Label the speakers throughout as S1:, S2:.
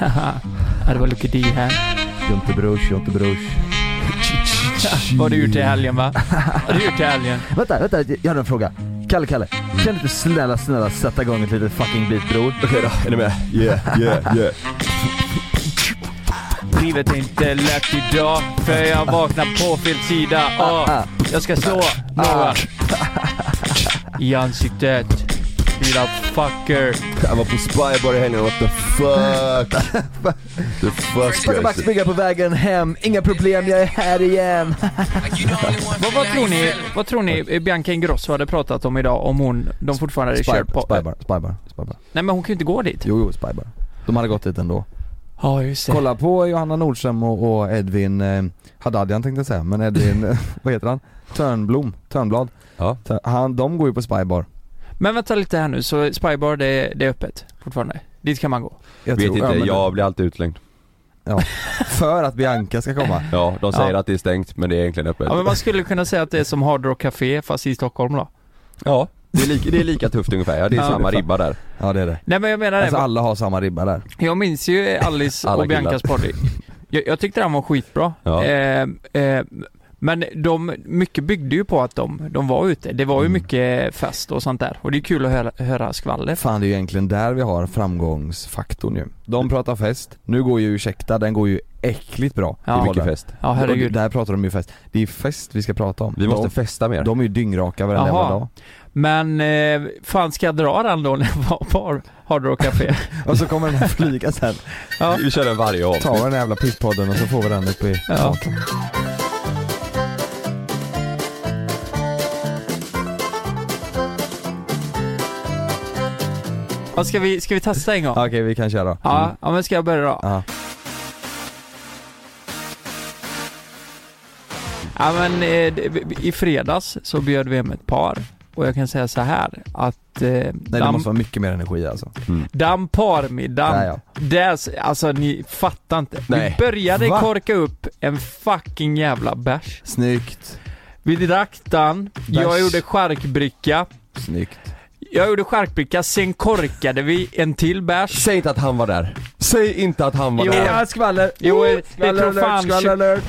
S1: Haha. Ja, det var Lucky D här.
S2: Jontebrors, Jontebrors.
S1: Vad har du gjort i helgen va? Vad har du gjort i helgen?
S2: Vänta, vänta, jag hade en fråga. Kalle, Kalle. Kan du inte snälla, snälla sätta igång ett litet fucking beat bror?
S3: Okej då, är ni med? Yeah, yeah, yeah.
S1: Livet är inte lätt idag, för jag vaknar på fel sida. Ah, jag ska slå några i ansiktet. Lilla fucker.
S3: Jag var på Spybar i helgen, what the fuck? the fuck
S2: Packa
S3: guys.
S2: backspeglar på vägen hem, inga problem, jag är här igen.
S1: Vad, vad tror ni, vad tror ni Bianca Ingrosso hade pratat om idag om hon, de fortfarande hade kört på?
S2: Spybar, spybar, spybar.
S1: Nej men hon kan ju inte gå dit.
S2: Jo, jo, spybar. De hade gått dit ändå.
S1: Ja just det.
S2: Kolla på Johanna Nordström och, och Edvin eh, Haddadian tänkte jag säga, men Edvin, eh, vad heter han? Törnblom, Törnblad.
S3: Ja.
S2: Tör- Han, de går ju på spybar.
S1: Men vänta lite här nu, så Spybar det, är- det är öppet fortfarande? Dit kan man gå?
S2: Jag
S3: Vet
S2: tror- ja,
S3: inte,
S2: men-
S3: jag blir alltid utslängd.
S2: För att Bianca ska komma.
S3: Ja, de säger
S1: Ja.
S3: att det är stängt men det är egentligen öppet.
S1: Ja men man skulle kunna säga att det är som Hard Rock Café fast i Stockholm då.
S3: Ja, det är, lika, det är lika tufft ungefär. Ja, det är
S1: Ja.
S3: samma ribba där.
S2: Ja det är det.
S1: Nej men jag menar det,
S2: Alltså alla har samma ribba där.
S1: jag minns ju Alice
S3: Alla
S1: och Biancas party. Jag, jag tyckte den var skitbra.
S3: Ja.
S1: Eh, eh, men de, mycket byggde ju på att de, de var ute. Det var ju
S2: Mm.
S1: mycket fest och sånt där. Och det är kul att höra, höra skvaller.
S2: Fan det är ju egentligen där vi har framgångsfaktorn ju. De pratar fest, nu går ju Ursäkta, den går ju äckligt bra.
S1: Ja.
S3: Det är mycket
S2: Kolla.
S3: fest.
S1: Ja
S2: Och
S1: herregud.
S2: Där pratar de ju fest. Det är fest vi ska prata om.
S3: Vi måste
S2: de,
S3: festa mer.
S2: de är ju dyngraka varenda
S1: Jaha.
S2: jävla dag.
S1: Men eh, fan ska jag dra den då när jag var på Hard Rock Café?
S2: Och så kommer den här flyga sen.
S1: Ja.
S3: Vi kör den varje år.
S2: Tar vi den här jävla pisspodden och så får vi den uppe i
S1: Ja.
S2: taket.
S1: Ja, ska, vi, ska vi testa en gång?
S2: Okej vi kan köra. Mm.
S1: Ja, ja men ska jag börja då?
S2: Ja.
S1: Ja men eh, det- i fredags så bjöd vi hem ett par och jag kan säga så här att eh,
S2: Nej det
S1: dam,
S2: måste vara mycket mer energi alltså.
S1: dam parmiddagen,
S2: Där ja.
S1: där, s- alltså ni fattar inte.
S3: Nej.
S1: Vi började
S2: Va?
S1: korka upp en fucking jävla bärs.
S2: Snyggt.
S1: Vi drack den, jag
S2: Bärs.
S1: gjorde charkbricka,
S2: Snyggt.
S1: jag gjorde charkbricka, sen korkade vi en till bärs.
S3: Säg inte att han var där. Säg inte att han var
S1: Jo.
S3: där.
S1: Ja,
S2: skvaller.
S4: Oh,
S1: Jo, det tror fan
S2: alert.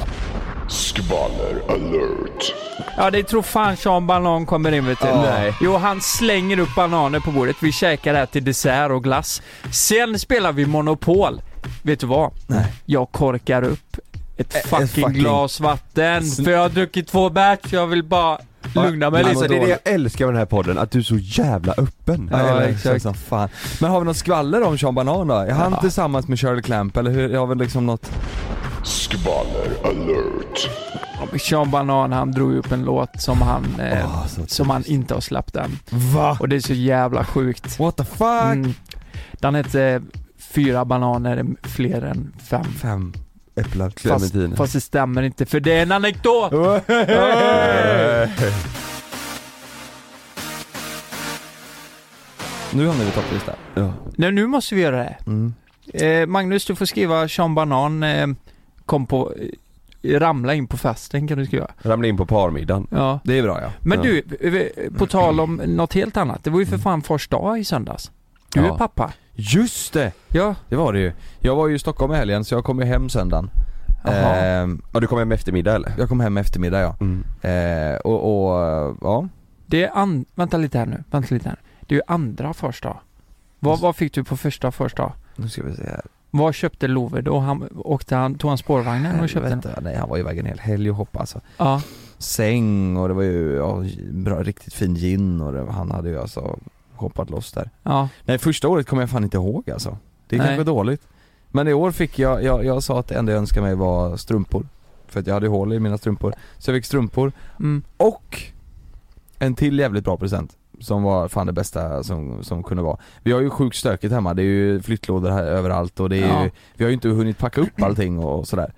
S5: Skvaller alert.
S1: Ja det tror fan Sean Banan kommer in vet du.
S2: Ja. Nej.
S1: Jo han slänger upp bananer på bordet, vi käkar det här till dessert och glass. Sen spelar vi Monopol. Vet du vad?
S2: Nej.
S1: Jag korkar upp ett
S2: ett
S1: fucking,
S2: fucking-
S1: glas vatten
S2: Sn-
S1: för jag har druckit två bärs, jag vill bara lugna mig
S3: Alltså, det
S1: lite.
S3: är det jag älskar med den här podden, att du är så jävla öppen.
S2: Ja,
S1: Ja,
S2: eller- liksom
S1: exakt.
S2: som fan. Men har vi något skvaller om Sean Banan då? Är han
S1: Ja.
S2: tillsammans med Shirley Clamp eller hur? Har vi liksom något?
S5: Skvaller alert.
S1: Sean Banan han drog upp en låt som han, eh,
S2: Ah, så- Mm.
S1: som han inte har släppt än.
S2: Va?
S1: Och det är så jävla sjukt.
S2: What the fuck?
S1: Mm. Den hette Fyra bananer är fler än fem.
S2: Fem äpplen.
S1: Fast,
S3: Clementine.
S1: fast det stämmer inte för det är en anekdot!
S2: Nu hamnar vi i topplistan.
S3: Ja.
S1: Nej, nu måste vi göra det.
S2: Mm.
S1: Eh, Magnus, du får skriva Sean Banan eh, kom på, eh, ramla in på festen kan du skriva.
S3: Ramla in på parmiddagen.
S1: Ja.
S2: Det är bra ja.
S1: Men
S3: Ja. Mm.
S1: du, eh, på tal om något helt annat. Det var ju för fan fars dag i söndags. Du
S3: Ja.
S1: är pappa.
S2: Just det!
S1: Ja.
S2: Det var det ju. Jag var ju i Stockholm i helgen så jag kom ju hem söndagen.
S1: Jaha.
S3: Eh.
S2: Ehm,
S3: Ja, du kom hem eftermiddag eller?
S2: jag kom hem eftermiddag ja.
S3: Mm.
S2: Ehm, och, och ja.
S1: Det är an- vänta lite här nu, vänta lite här. Det är ju andra fars dag. Vad, vad fick du på första fars dag?
S2: Nu ska vi se här.
S1: Vad köpte Love då? Han, åkte han, tog han spårvagnen och köpte den?
S2: Helvete, nej han var ju iväg en hel helg och hoppa alltså.
S1: Ja.
S2: säng och det var ju ja, bra, riktigt fin gin och det, han hade ju alltså hoppat loss där.
S1: Ja.
S2: Nej första året kommer jag fan inte ihåg alltså. Det är
S1: Nej.
S2: kanske dåligt. Men i år fick jag, jag, jag sa att det enda jag önskade mig var strumpor. För att jag hade hål i mina strumpor. Så jag fick strumpor
S1: Mm.
S2: och en till jävligt bra present. Som var fan det bästa som, som kunde vara. Vi har ju sjukt stökigt hemma, det är ju flyttlådor här överallt och det är
S1: Ja.
S2: ju, vi har ju inte hunnit packa upp allting och sådär.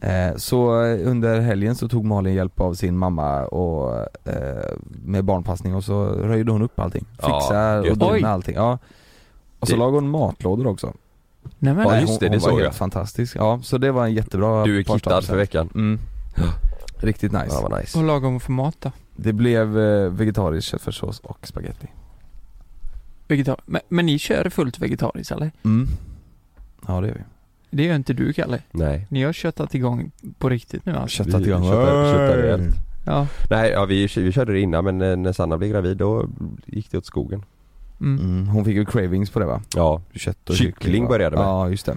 S2: Eh, så under helgen så tog Malin hjälp av sin mamma och, eh, med barnpassning och så röjde hon upp allting.
S3: Ja,
S2: Fixar och
S3: gött.
S2: donar
S1: Oj.
S2: med allting. Ja. Och så
S3: Det-
S2: lagade hon matlådor också.
S1: Nej, men,
S3: Ja,
S2: Nej,
S3: just
S2: hon,
S3: det, det
S2: hon
S3: såg
S2: var
S3: jag.
S2: helt fantastisk. Ja, så det var en jättebra
S3: Du är
S2: partsdag-
S3: kittad för veckan.
S2: Mm.
S3: Ja.
S2: Riktigt nice.
S3: Ja, vad nice.
S1: Vad lagom för mat då?
S2: Det blev eh, vegetarisk köttfärssås och spaghetti.
S1: Vegetar- men, men ni kör fullt vegetariskt eller?
S2: Mm. Ja det gör vi.
S1: Det gör inte du Kalle.
S4: Nej.
S1: Ni har köttat igång på riktigt nu alltså.
S2: Köttat
S4: Vi
S2: igång.
S4: köttar- köttar rejält.
S1: Ja.
S4: Nej, ja, vi, vi körde det innan men eh, när Sanna blev gravid då gick det åt skogen.
S1: Mm.
S2: Mm, hon fick ju cravings på det va?
S4: Ja,
S2: Kött och
S4: Kyckling
S2: va?
S4: började med.
S2: Ja just det.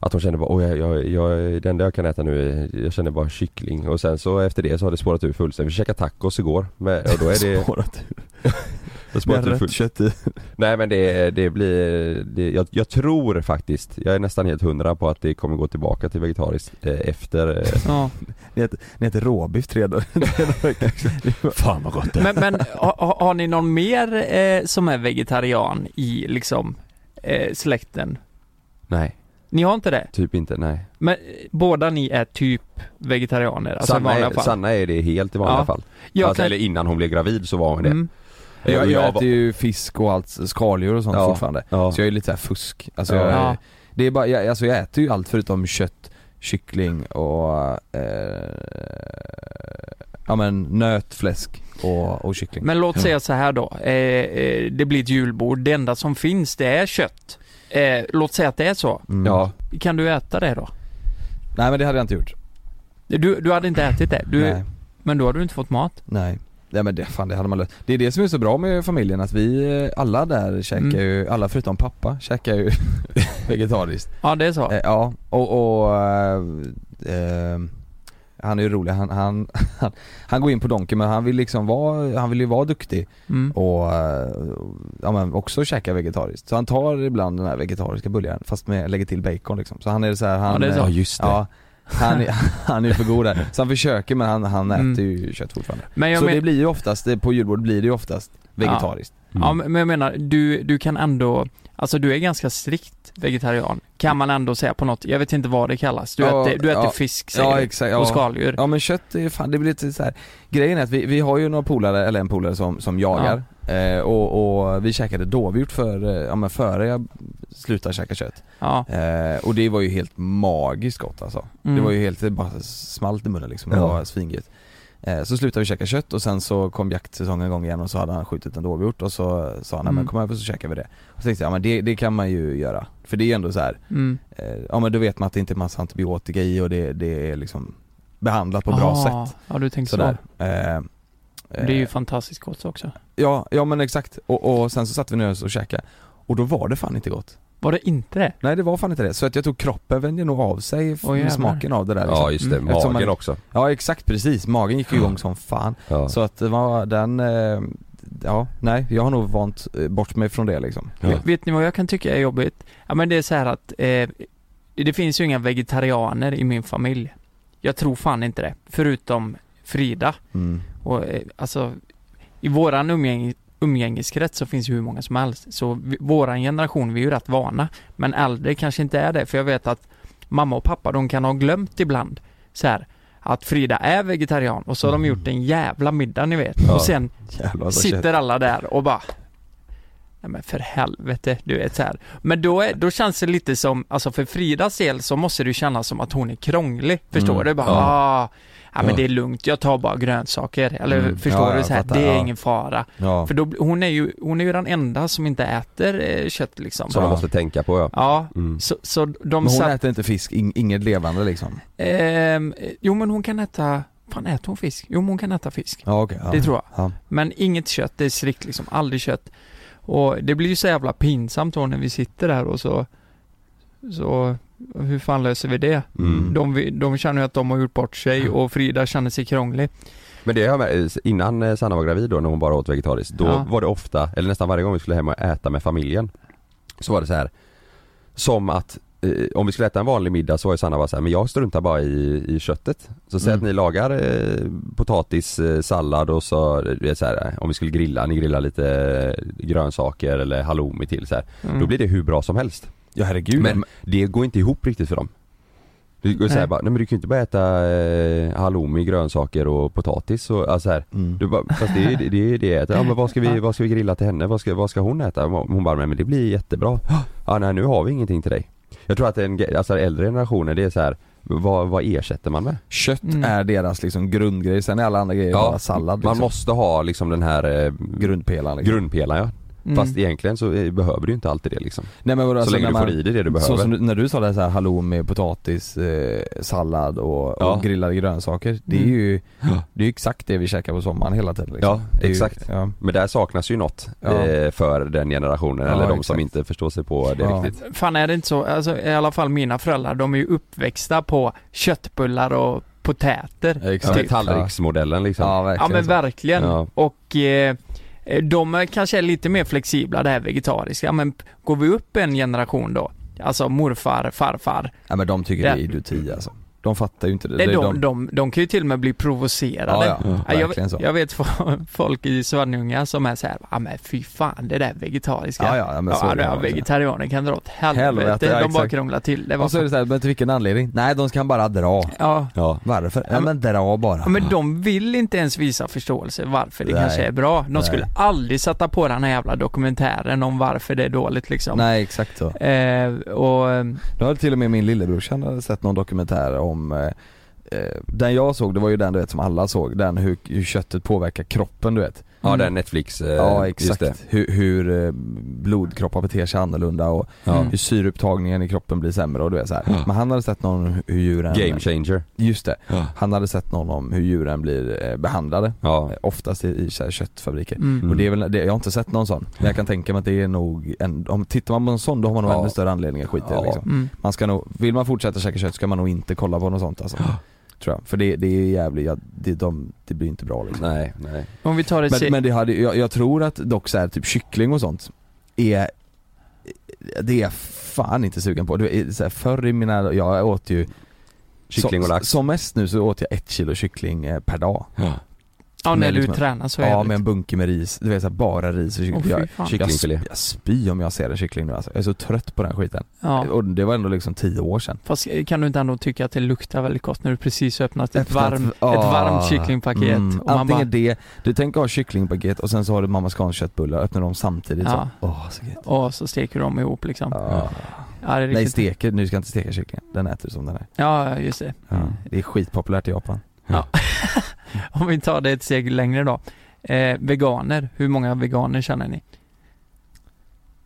S4: att hon kände bara Oj, jag, jag, jag, det enda jag kan äta nu är, jag känner bara kyckling och sen så efter det så har det spårat ur fullständigt. Vi käkade tacos igår men, och då är det,
S2: Spårat ur.
S4: det
S2: Med
S4: spårat ur
S2: rött
S4: fullt.
S2: kött i.
S4: Nej men det, det blir, det, jag, jag tror faktiskt, jag är nästan helt hundra på att det kommer gå tillbaka till vegetariskt eh, efter eh,
S1: Ja.
S2: Ni äter råbiff tre dagar tre dagar i veckan.
S3: Fan vad gott det är.
S1: Men, men har, har- har ni någon mer eh, som är vegetarian i liksom eh, släkten?
S4: Nej,
S1: Ni har inte det?
S4: typ inte, nej
S1: Men eh, båda ni är typ vegetarianer, alltså i
S4: Sanna,
S1: vanliga
S4: är,
S1: fall?
S4: Sanna är det helt i vanliga
S1: Ja.
S4: fall
S1: Jag
S4: alltså,
S1: kan-
S4: Eller innan hon blev gravid så var hon det
S1: Mm.
S4: Eh, och
S2: Jag, jag
S4: var-
S2: äter ju fisk och allt, skaldjur och sånt
S4: Ja.
S2: fortfarande.
S4: ja.
S2: Så jag är lite såhär fusk. Alltså,
S4: Ja.
S2: jag,
S1: Ja.
S2: Det är bara, jag, alltså jag äter ju allt förutom kött, kyckling och eh, ja men nöt, fläsk och, och kyckling.
S1: Men låt säga så här då, eh, eh, det blir ett julbord, det enda som finns det är kött. Eh, låt säga att det är så,
S2: Mm.
S4: ja,
S1: kan du äta det då?
S2: Nej men det hade jag inte gjort.
S1: Du, du hade inte ätit det, du,
S2: Nej.
S1: men då hade du inte fått mat.
S2: Nej. Nej men det, fan det hade man löst. Det är det som är så bra med familjen att vi eh, alla där käkar
S1: Mm.
S2: ju, alla förutom pappa käkar ju vegetariskt.
S1: Ja det är så.
S2: Eh, ja, och, och eh, eh, han är ju rolig, han, han, han, han går in på Donken men han vill liksom vara, han vill ju vara duktig
S1: Mm.
S2: och eh, ja, men också käka vegetariskt. Så han tar ibland den här vegetariska buljaren fast med, lägger till bacon liksom. Så han är så här, han,
S1: Ja, det är så.
S2: eh,
S4: ja just det
S2: ja, han, är- han är för god där. Så han försöker men han, han äter
S1: Mm.
S2: ju kött fortfarande.
S1: Men jag,
S2: Så det
S1: men,
S2: blir ju oftast, det- på julbord blir det ju oftast vegetariskt.
S4: Mm.
S1: ja,
S2: Mm.
S1: men jag menar, du, du kan ändå, alltså du är ganska strikt vegetarian. Kan man ändå säga på något, jag vet inte vad det kallas. Du
S2: Ja,
S1: äter, du äter
S2: ja.
S1: fisk säger
S2: Ja
S1: du,
S2: exakt,
S1: och
S2: ja.
S1: skaldjur.
S2: ja men kött är fan, det blir lite så här. Grejen är att vi, vi har ju några polare, eller en polare som, som jagar eh, och, och vi käkade dovhjort för, eh, ja men före jag slutade käka kött
S1: Ja.
S2: eh, Och det var ju helt magiskt gott alltså
S1: Mm.
S2: Det var ju helt, det bara smalt i munnen liksom, det
S4: Ja.
S2: var svingött eh, Så slutade vi käka kött och sen så kom jaktsäsongen igång igen och så hade han skjutit en dovhjort och så sa han "Nej, men
S1: Mm.
S2: kom över så käkar vi det Och så tänkte jag, ja men det, det kan man ju göra För det är ju ändå så här
S1: Mm.
S2: Eh, Ja men då vet man att det inte är massa antibiotika i och det, det är liksom behandlat på bra
S1: Ah,
S2: sätt.
S1: Ja du tänker
S2: Sådär.
S1: så.
S2: Eh, eh,
S1: Det är ju fantastiskt gott också.
S2: ja, ja men exakt. Och, och sen så satt vi ner och käkade. Och då var det fan inte gott.
S1: Var det inte det?
S2: Nej det var fan inte det. Så att jag tror kroppen vände nog av sig f-
S1: Åh,
S2: med
S1: jävlar.
S2: smaken av det där
S4: Ja
S2: liksom.
S4: just det,
S1: Mm.
S4: magen
S2: Eftersom man-
S4: också
S2: Ja exakt precis, magen gick ju igång som fan.
S4: ja.
S2: Så att det var den, eh, ja nej jag har nog vant eh, bort mig från det liksom.
S4: Ja.
S1: Vet- Vet ni vad jag kan tycka är jobbigt? Ja men det är så här att eh, det finns ju inga vegetarianer i min familj. Jag tror fan inte det. Förutom Frida.
S2: Mm.
S1: Och eh, alltså, i våran umgäng, umgängeskrets så finns ju hur många som helst. Så vi, våran generation, vi är ju rätt vana. Men äldre kanske inte är det, för jag vet att mamma och pappa, de kan ha glömt ibland så här att Frida är vegetarian och så har de gjort en jävla middag ni vet.
S4: Mm. Ja.
S1: Och sen
S2: Jävlar vad
S1: sitter
S2: kött.
S1: alla där och bara Nej men för helvete, du vet så här. Men då, är, då känns det lite som, alltså för Fridas del så måste det ju kännas som att hon är krånglig. Förstår
S2: Mm,
S1: du? Bara,
S4: ja.
S1: ah, ja men
S4: Ja.
S1: det är lugnt, jag tar bara grönsaker. Eller
S2: Mm,
S1: förstår
S2: ja,
S1: du?
S2: jag
S1: Så här,
S2: fattar,
S1: det är
S2: ja.
S1: ingen fara.
S2: Ja.
S1: För då, blir- hon är ju, hon är ju den enda som inte äter eh, kött liksom.
S4: Som man
S2: Ja.
S4: måste tänka på ja
S1: Ja,
S4: mm.
S1: så, så de
S2: Men hon
S1: satt,
S2: äter inte fisk, in, inget levande liksom?
S1: ehm, jo men hon kan äta, fan äter hon fisk? Jo men hon kan äta fisk.
S2: Ja okej. ja.
S1: Det tror jag.
S2: Ja.
S1: Men inget kött, det är strikt liksom, aldrig kött. Och det blir ju så jävla pinsamt då när vi sitter där och så, så hur fan löser vi det?
S4: Mm.
S1: De, vi- de känner ju att de har gjort bort sig och Frida känner sig krånglig.
S4: Men det har jag märkt, innan eh, Sanna var gravid då när hon bara åt vegetariskt, då
S1: Ja.
S4: var det ofta, eller nästan varje gång vi skulle hem och äta med familjen Så var det så här Som att eh, om vi skulle äta en vanlig middag så var ju Sanna bara så här, men jag struntar bara i, i köttet Så säg
S2: Mm.
S4: att ni lagar eh, potatis, eh, sallad och så, eh, du vet, så här, eh, om vi skulle grilla, ni grillar lite eh, grönsaker eller halloumi till så här.
S1: Mm.
S4: Då blir det hur bra som helst
S2: Ja herregud.
S4: Men det går inte ihop riktigt för dem Du går såhär
S1: Nej.
S4: bara, nej men du kan ju inte bara äta eh, halloumi, grönsaker och potatis och alltså här
S2: Mm.
S4: du bara, fast det är det, är det är det jag äter. Ja, men vad ska vi, vad ska vi grilla till henne? Vad ska, vad ska hon äta? Hon bara, nej men det blir jättebra. Ja, nej nu har vi ingenting till dig. Jag tror att en, ge- alltså äldre generationer det är så här. Vad, vad ersätter man med?
S2: Kött
S1: Mm.
S2: är deras liksom grundgrej, sen är alla andra grejer
S4: Ja,
S2: bara sallad liksom.
S4: Man måste ha liksom den här eh,
S2: Grundpelaren liksom.
S4: grundpelaren ja.
S1: Mm.
S4: Fast egentligen så eh, behöver du inte alltid det liksom.
S2: Nej men vadå,
S4: Så
S2: alltså,
S4: länge
S2: när
S4: du
S2: man,
S4: får i dig det du behöver.
S2: Så som du, när du sa det här, så här halloumi, potatis, eh, sallad och,
S4: Ja.
S2: och grillade grönsaker. Det är
S1: Mm.
S2: ju, det är ju exakt det vi käkar på sommaren hela tiden liksom.
S4: Ja,
S2: det är ju,
S4: exakt.
S2: Ja.
S4: Men där saknas ju något
S2: Ja.
S4: eh, för den generationen
S2: Ja,
S4: eller de som
S2: exakt.
S4: inte förstår sig på det
S2: Ja.
S4: riktigt.
S1: Fan är det inte så, alltså i alla fall mina föräldrar, de är ju uppväxta på köttbullar och potäter.
S4: Ja,
S2: Exakt.
S4: med tallriksmodellen liksom.
S2: Ja,
S1: Ja
S2: verkligen.
S1: men
S2: så.
S1: verkligen.
S4: Ja.
S1: Och eh, de är kanske är lite mer flexibla det här vegetariska, men går vi upp en generation då, alltså morfar, farfar,
S2: ja, men de tycker
S1: Det-
S2: det är idioti alltså. De fattar ju inte det.
S1: det,
S2: Det är
S1: de, de, de kan ju till och med bli provocerade.
S2: ja, ja,
S1: jag,
S2: verkligen så.
S1: jag vet fo- folk i Svenljunga som är så här, ja men fy fan det där vegetariska.
S2: Ja, ja, men så
S1: ja,
S2: är det
S1: ja,
S2: verkligen.
S1: vegetarianer kan dra åt helvete,
S2: Helvete, ja,
S1: de bara
S2: exakt.
S1: krånglar till det.
S2: Och så är det såhär, men till vilken anledning? Nej, de kan bara dra.
S1: ja.
S4: Ja.
S2: Varför?
S1: Ja,
S2: Ja men dra bara.
S1: Ja, men de vill inte ens visa förståelse varför det
S2: Nej.
S1: kanske är bra. De
S2: Nej.
S1: skulle aldrig sätta på den här jävla dokumentären om varför det är dåligt liksom.
S2: Nej exakt så.
S1: Eh, och, eh,
S2: Då hade till och med min lillebrorsa han hade sett någon dokumentär om eh, eh, den jag såg, det var ju den du vet som alla såg, den hur, hur köttet påverkar kroppen du vet.
S4: Ja,
S1: Mm.
S4: den Netflix, eh,
S2: ja
S4: just
S2: exakt.
S4: det.
S2: Hur, hur eh, blodkroppar beter sig annorlunda och
S4: Ja.
S1: Mm.
S2: hur syreupptagningen i kroppen blir sämre och du vet så här.
S4: Ja.
S2: Men han hade sett någon om hur djuren...
S4: Game changer.
S2: Just det.
S4: Ja.
S2: Han hade sett någon om hur djuren blir eh, behandlade.
S4: Ja.
S2: Eh, Oftast i, i så här, köttfabriker.
S1: mm.
S2: Och det är väl, det, jag har inte sett någon sån. Men jag kan tänka mig att det är nog, en, om tittar man på en sån då har man nog
S4: Ja.
S2: ännu större anledning att skita i det
S4: Ja.
S2: liksom.
S1: Mm.
S2: Man ska nog, vill man fortsätta käka kött ska man nog inte kolla på något sånt alltså. Tror jag. För det, det är jävligt, ja, det, de, det blir inte bra liksom.
S4: Nej, nej.
S1: Om vi tar ett
S2: Men,
S1: men,
S2: men det hade, jag, jag tror att dock så här, typ kyckling och sånt är det är jag fan inte sugen på. Du vet, så här, förr i mina, jag åt ju
S4: Kyckling och
S2: som,
S4: lax.
S2: som mest nu så åt jag ett kilo kyckling eh, per dag.
S1: ja, när
S2: men
S1: du
S2: liksom-
S1: tränar så är
S2: Ja
S1: det
S2: med en bunke med ris, du vet så här, bara ris och kyckling.
S1: Åh, fy
S2: jag,
S1: fan.
S2: jag,
S4: Kycklingfilé.
S2: jag spyr om jag ser en kyckling nu alltså. Jag är så trött på den skiten.
S1: ja.
S2: Och det var ändå liksom tio år sedan.
S1: Fast eh, kan du inte ändå tycka att det luktar väldigt gott när du precis har öppnat ett,
S2: Öppnat-
S1: Typ varm,
S2: ah.
S1: ett varmt kycklingpaket?
S2: Mm.
S1: Och man
S2: Antingen
S1: bara,
S2: det, du tänker ha kycklingpaket och sen så har du mamma Scans köttbullar, öppnar dem samtidigt
S1: Ja.
S2: så, åh så gött. Ah.
S1: och så steker de ihop liksom. Ja,
S2: Ja.
S1: det är
S2: Nej
S1: riktigt.
S2: steker, nu ska jag inte steka kycklingen, den äter du som den är.
S1: ja just det.
S2: Ja. Det är skitpopulärt i Japan.
S1: Om vi tar det ett steg längre då. Eh, veganer, hur många veganer känner ni?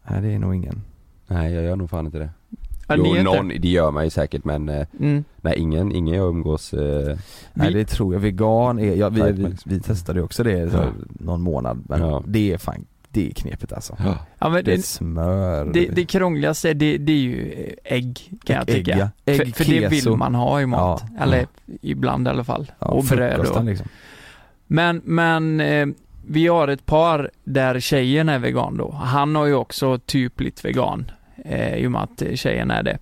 S2: Nej det är nog ingen.
S4: Nej, jag gör nog fan inte det.
S1: Ja, ni
S4: jo,
S1: är inte-
S4: någon, det gör man ju säkert men eh,
S1: Mm.
S4: nej, ingen, ingen jag umgås eh,
S2: Nej
S1: Vi-
S2: det tror jag, vegan är, ja, vi,
S4: Nej,
S2: vi,
S4: men-
S2: vi testade ju också det så,
S4: Ja.
S2: någon månad men
S4: Ja.
S2: det är fan, det är knepigt alltså.
S1: Ja, men
S2: Det är
S1: det,
S2: smör.
S1: det, det krångligaste det, det är ju eh, ägg kan jag
S2: ägg,
S1: tycka.
S2: ja.
S1: för,
S2: ägg,
S1: för det vill
S2: keso.
S1: man ha i mat.
S2: Ja.
S1: Eller ibland i alla fall.
S2: Ja,
S1: och bröd
S2: frukosten
S1: och.
S2: liksom.
S1: Men, men eh, vi har ett par där tjejen är vegan då. Han har ju också typ blivit vegan. Eh, I och med att eh, tjejen är det.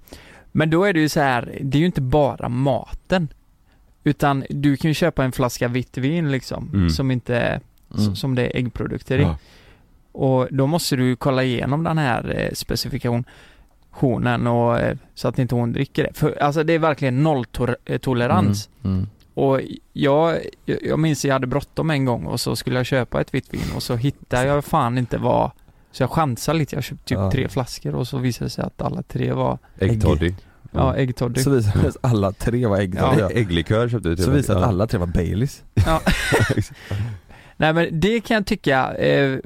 S1: Men då är det ju så här, det är ju inte bara maten. Utan du kan ju köpa en flaska vitt vin liksom.
S4: Mm.
S1: Som inte är
S2: Mm.
S1: som- som det är äggprodukter i.
S4: Ja.
S1: Och då måste du ju kolla igenom den här eh, specifikationen och eh, så att inte hon dricker det. För alltså det är verkligen eh, nolltolerans.
S2: Mm. Mm.
S1: Och jag, jag minns att jag hade bråttom en gång och så skulle jag köpa ett vitt vin och så hittade jag fan inte vad så jag chansade lite, jag köpte typ
S2: Ja.
S1: tre flaskor och så visade det sig att alla tre var,
S4: äggtoddy.
S1: ja äggtoddy.
S2: Så visade det sig att alla tre var äggtoddy.
S4: Ja. Mm. Ägglikör köpte du till
S2: Så
S4: mig.
S2: visade det sig
S4: Ja.
S2: att alla tre var Baileys.
S1: Nej men det kan jag tycka, eh,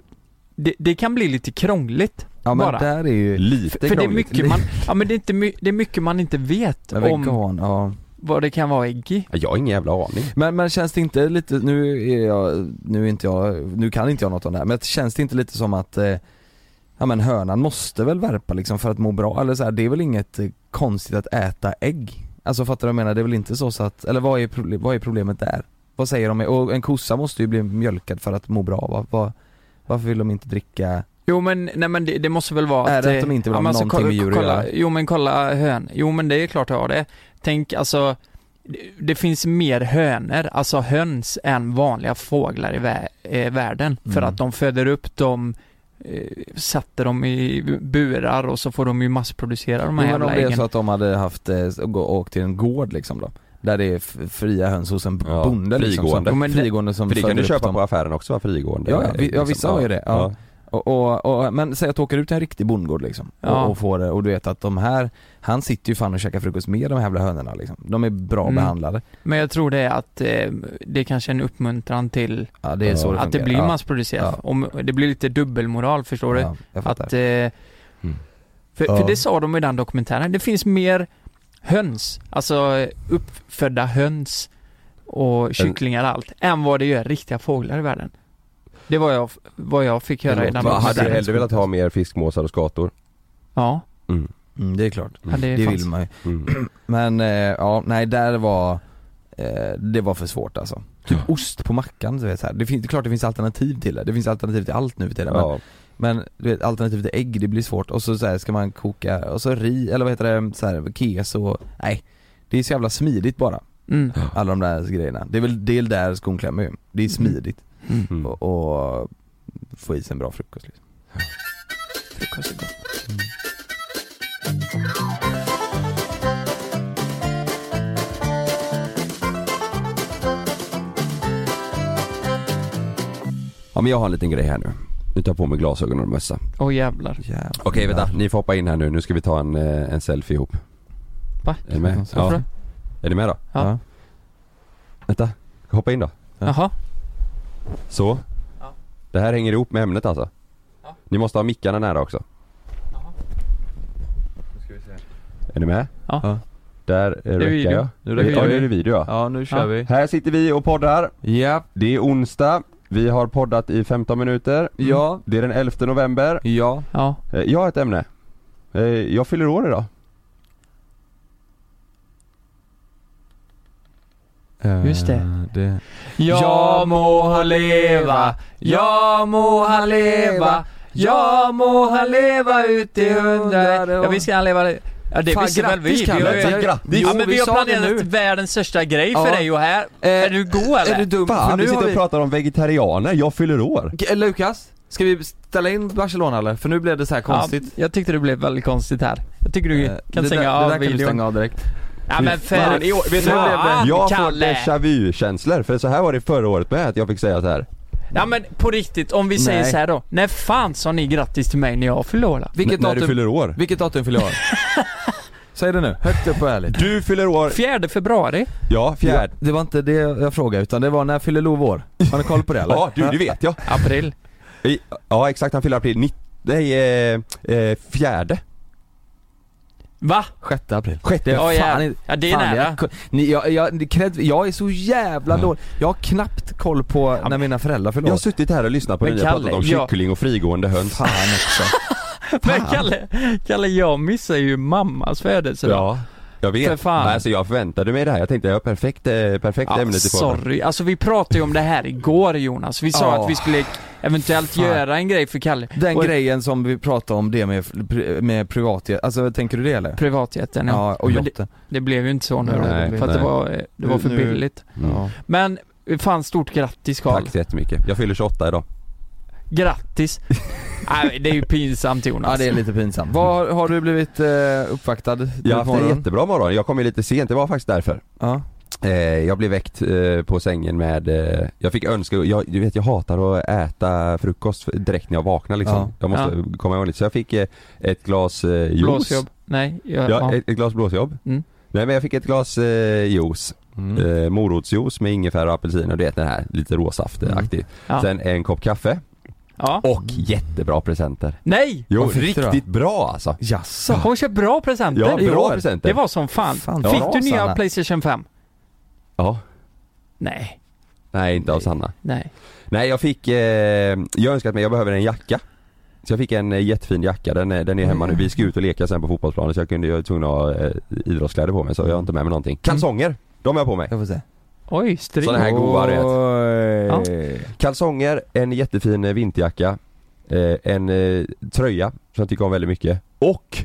S1: det, det kan bli lite krångligt.
S2: Ja men
S1: Bara.
S2: där är ju
S4: Lite
S1: för det är
S4: krångligt.
S1: mycket man, ja men det är, inte my, det är mycket man inte vet
S2: Men
S1: om
S2: vegan, ja.
S1: vad det kan vara ägg i.
S4: Ja, Jag har ingen jävla aning.
S2: Men, men känns det inte lite, nu är jag, nu är inte jag, nu kan inte jag något om det här, men känns det inte lite som att eh, Ja men hönan måste väl värpa liksom för att må bra, eller så här, det är väl inget eh, konstigt att äta ägg? Alltså fattar du vad jag menar? Det är väl inte så, så att, eller vad är, proble- vad är problemet där? Vad säger de? Och en kossa måste ju bli mjölkad för att må bra, va? Va? varför vill de inte dricka?
S1: Jo men, nej men det, det måste väl vara
S2: Är det
S1: eh,
S2: att de inte vill ha
S1: men
S2: någonting
S1: kolla-
S2: med djur att
S1: kolla,
S2: göra?
S1: Jo men kolla hön. Jo men det är klart att ha det. Tänk alltså, det, det finns mer hönor, alltså höns, än vanliga fåglar i vä- eh, världen. För
S2: Mm.
S1: att de föder upp dem, eh, sätter dem i burar och så får de ju massproducera de här
S2: Men om
S1: jävla
S2: det är
S1: äggen.
S2: så att de hade haft, eh, gå- åkt till en gård liksom då? Där det är f- fria höns hos en
S4: Ja,
S2: bonde liksom,
S4: frigående.
S1: Jo,
S2: Som,
S1: men det-
S2: frigående som
S4: För det kan
S2: föder
S4: du
S2: upp
S4: köpa
S2: dem.
S4: på affären också, va? frigående.
S2: Ja, ja, vi- ja,
S4: liksom.
S2: vissa har ju det, ja. Och, och, och, men säg att du åker ut till en riktig bondgård liksom
S1: Ja.
S2: och, och får det och du vet att de här, han sitter ju fan och käkar frukost med de här jävla hönorna liksom. De är bra
S1: Mm.
S2: behandlade.
S1: Men jag tror det är att eh, det kanske är en uppmuntran till
S2: Ja det är så det
S1: att det
S2: funkar.
S1: blir
S2: ja.
S1: massproducerat.
S2: Ja.
S1: Om, det blir lite dubbelmoral, förstår du?
S2: Ja, jag fattar.
S1: Att, eh, för,
S3: Ja.
S1: för det sa de i den dokumentären, det finns mer höns, alltså uppfödda höns och kycklingar och allt, än vad det gör riktiga fåglar i världen. Det var jag, vad jag fick höra i den
S4: Vad Hade du
S1: dokumentären.
S4: hellre velat ha mer fiskmåsar och skator?
S1: Ja,
S4: Mm.
S2: mm, det är klart.
S1: ja, det,
S2: Det
S1: fanns.
S2: vill man ju.
S4: Mm.
S2: Men eh, ja, nej där var eh, det var för svårt alltså. Typ ost på mackan du vet så här. Det, finns, det är klart det finns alternativ till det, det finns alternativ till allt nu för tiden men,
S4: Ja.
S2: men du vet alternativ till ägg det blir svårt och så, så här, ska man koka, och så ri, eller vad heter det, så här, keso, nej Det är så jävla smidigt bara,
S1: Mm.
S2: alla de där grejerna. Det är väl det är där skon klämmer ju, det är smidigt
S4: Mm.
S2: och, och få i sig en bra frukost liksom.
S1: Frukost är gott.
S4: ja men jag har en liten grej här nu. Nu tar jag på mig glasögon och mössa.
S1: Åh jävlar.
S2: Jävlar.
S4: Okej vänta, ni får hoppa in här nu. Nu ska vi ta en, eh, en selfie ihop.
S1: Va?
S4: Är ni med?
S2: Varför
S4: Ja.
S1: då?
S4: Är ni med då?
S1: Ja.
S2: Ja.
S4: Vänta, hoppa in då.
S1: Jaha.
S4: Så.
S1: Ja.
S4: Det här hänger ihop med ämnet alltså.
S1: Ja.
S4: Ni måste ha mickarna nära också.
S1: Jaha.
S4: Är ni med?
S1: Ja.
S2: Ja.
S4: Där eh, räcker
S1: video.
S4: jag.
S2: Nu
S1: räcker
S4: ja,
S1: vi.
S4: nu är det video ja.
S2: Ja nu kör
S1: Ja.
S2: vi.
S4: Här sitter vi och poddar.
S2: Ja,
S4: Det är onsdag. Vi har poddat i 15 minuter.
S1: Mm.
S2: ja,
S4: Det är den 11 november.
S2: ja.
S1: Ja.
S4: Eh, Jag har ett ämne. Eh, Jag fyller år idag.
S1: Just det.
S2: Eh, det.
S1: Jag må han leva, jag må han leva, jag må han leva ut i hundrade Ja visst ska han leva det. Ja det
S2: Fan,
S1: visste väl vi?
S2: grattis,
S1: vi
S2: Kalle.
S1: har ju-
S2: Tack, grattis.
S1: Ja
S2: Jo,
S1: men
S2: vi
S1: vi har
S2: sa det
S1: planerat
S2: nu.
S1: världens största grej för
S2: Ja.
S1: dig och här.
S2: Eh,
S1: Är du god eller?
S2: Är du dum?
S4: Fan,
S2: För nu
S4: vi
S2: har
S4: sitter och
S2: vi...
S4: pratar om vegetarianer. Jag fyller år.
S2: G- Lukas, ska vi ställa in Barcelona eller? För nu blev det så här konstigt.
S1: Ja, jag tyckte det blev väldigt konstigt här. Jag tycker du
S2: Eh,
S1: kan
S2: det
S1: stänga
S2: där, det där
S1: av
S2: kan du
S1: videon.
S2: stänga av direkt.
S1: Ja men för
S2: fan, i år- vet du vad det
S1: fan
S4: Jag får
S1: Kalle!
S4: déjà vu-känslor, för så här var det förra året med att jag fick säga så här.
S1: Ja men på riktigt, om vi säger
S2: Nej.
S1: så här då. När fan sa ni grattis till mig när jag fyllde år? då?
S2: Vilket
S4: N- när du
S2: datum,
S4: fyller år.
S2: vilket datum fyller jag år? Säg det nu, högt upp och ärligt.
S4: Du fyller år,
S1: Fjärde februari?
S4: ja,
S2: Ja,
S4: fjärde.
S2: det var inte det jag frågade utan det var när fyller Love år? Har ni koll på det eller?
S4: Ja, du, det vet jag.
S1: April?
S4: I- Ja, exakt, han fyller april. Nitt, nej, eh, eh, fjärde.
S1: Va?
S2: 6 april. 6 april.
S1: Ja,
S2: fan,
S1: ja.
S2: inte-
S1: Ja, det är
S2: fan,
S1: nära.
S2: Jag, ni, jag, jag, ni- cred, jag är så jävla dålig. Jag har knappt koll på när mina föräldrar
S4: Jag
S2: fyller
S4: har
S2: år.
S4: suttit här och lyssnat på
S1: Men
S4: när ni har pratat
S1: Kalle,
S4: om
S1: ja.
S4: kyckling och frigående höns.
S2: Fan också.
S1: Men Kalle, Kalle jag missar ju mammas födelsedag.
S4: Ja, jag vet.
S1: alltså. För fan.
S4: Nej, Alltså jag förväntade mig det här. Jag tänkte jag har perfekt, eh, perfekt
S1: Ja,
S4: ämne till podden.
S1: sorry, alltså vi pratade ju om det här igår Jonas. Vi sa
S2: Ja.
S1: att vi skulle eventuellt
S2: Fan.
S1: göra en grej för Kalle.
S2: Den
S1: Och-
S2: grejen som vi pratade om det med, med privat, alltså tänker du det eller?
S1: Privatjeten ja.
S2: Ja, och
S1: Men
S2: jotten.
S1: Det blev ju inte så nu då,
S4: Nej,
S1: för att det
S4: nej.
S1: var, eh, det var för
S2: Nu-
S1: billigt.
S4: Mm.
S2: Ja.
S1: Men eh, fan stort grattis Karl.
S4: Tack så jättemycket. Jag fyller 28 idag.
S1: Grattis. Nej det är ju pinsamt Jonas.
S2: Ja det är lite pinsamt. alltså. Mm. Vad har du blivit eh, uppvaktad på
S4: Jag har haft en
S2: morgonen?
S4: jättebra morgon. Jag kom ju lite sent, det var faktiskt därför.
S2: Ja.
S4: Eh, jag blev väckt eh, på sängen med, eh, jag fick önska, jag, du vet jag hatar att äta frukost för- direkt när jag vaknar liksom.
S2: Ja.
S4: Jag måste komma ihåg lite. Så jag fick eh, ett glas eh, juice.
S1: Blåsjobb. Nej, jag,
S4: Ja, eh,
S1: ja.
S4: ett, ett glas blåsjobb.
S1: Mm.
S4: Nej men jag fick ett glas eh, juice.
S2: Mm.
S4: Eh, morotsjuice med ingefära och apelsin och du vet den här lite råsaftaktig.
S2: Mm.
S1: Ja.
S4: Sen en kopp kaffe
S1: ja.
S4: och jättebra presenter.
S1: Nej!
S4: Jo,
S2: Vad fick du då?
S4: riktigt bra alltså.
S2: Jaså?
S1: Hon köpte bra presenter
S4: Ja,
S1: i
S4: bra
S1: år.
S4: presenter.
S1: Det var som fan.
S2: Fan,
S1: Fick
S2: bra,
S1: du nya
S2: Sanna.
S1: Playstation 5?
S4: Ja.
S1: Nej,
S4: Nej inte av Sanna.
S1: nej.
S4: Nej jag fick, eh, jag önskar att mig, jag behöver en jacka Så jag fick en eh, jättefin jacka, den, är- den är hemma nu, vi ska ut och leka sen på fotbollsplanen så jag kunde, jag är tvungen att ha eh, idrottskläder på mig så jag har inte med mig någonting Kalsonger! De har jag på mig!
S2: Jag får se.
S1: Oj, strid.
S4: Sådana här goa, du vet.
S2: Oj.
S4: Kalsonger, en jättefin eh, vinterjacka eh, En eh, tröja som jag tycker om väldigt mycket Och!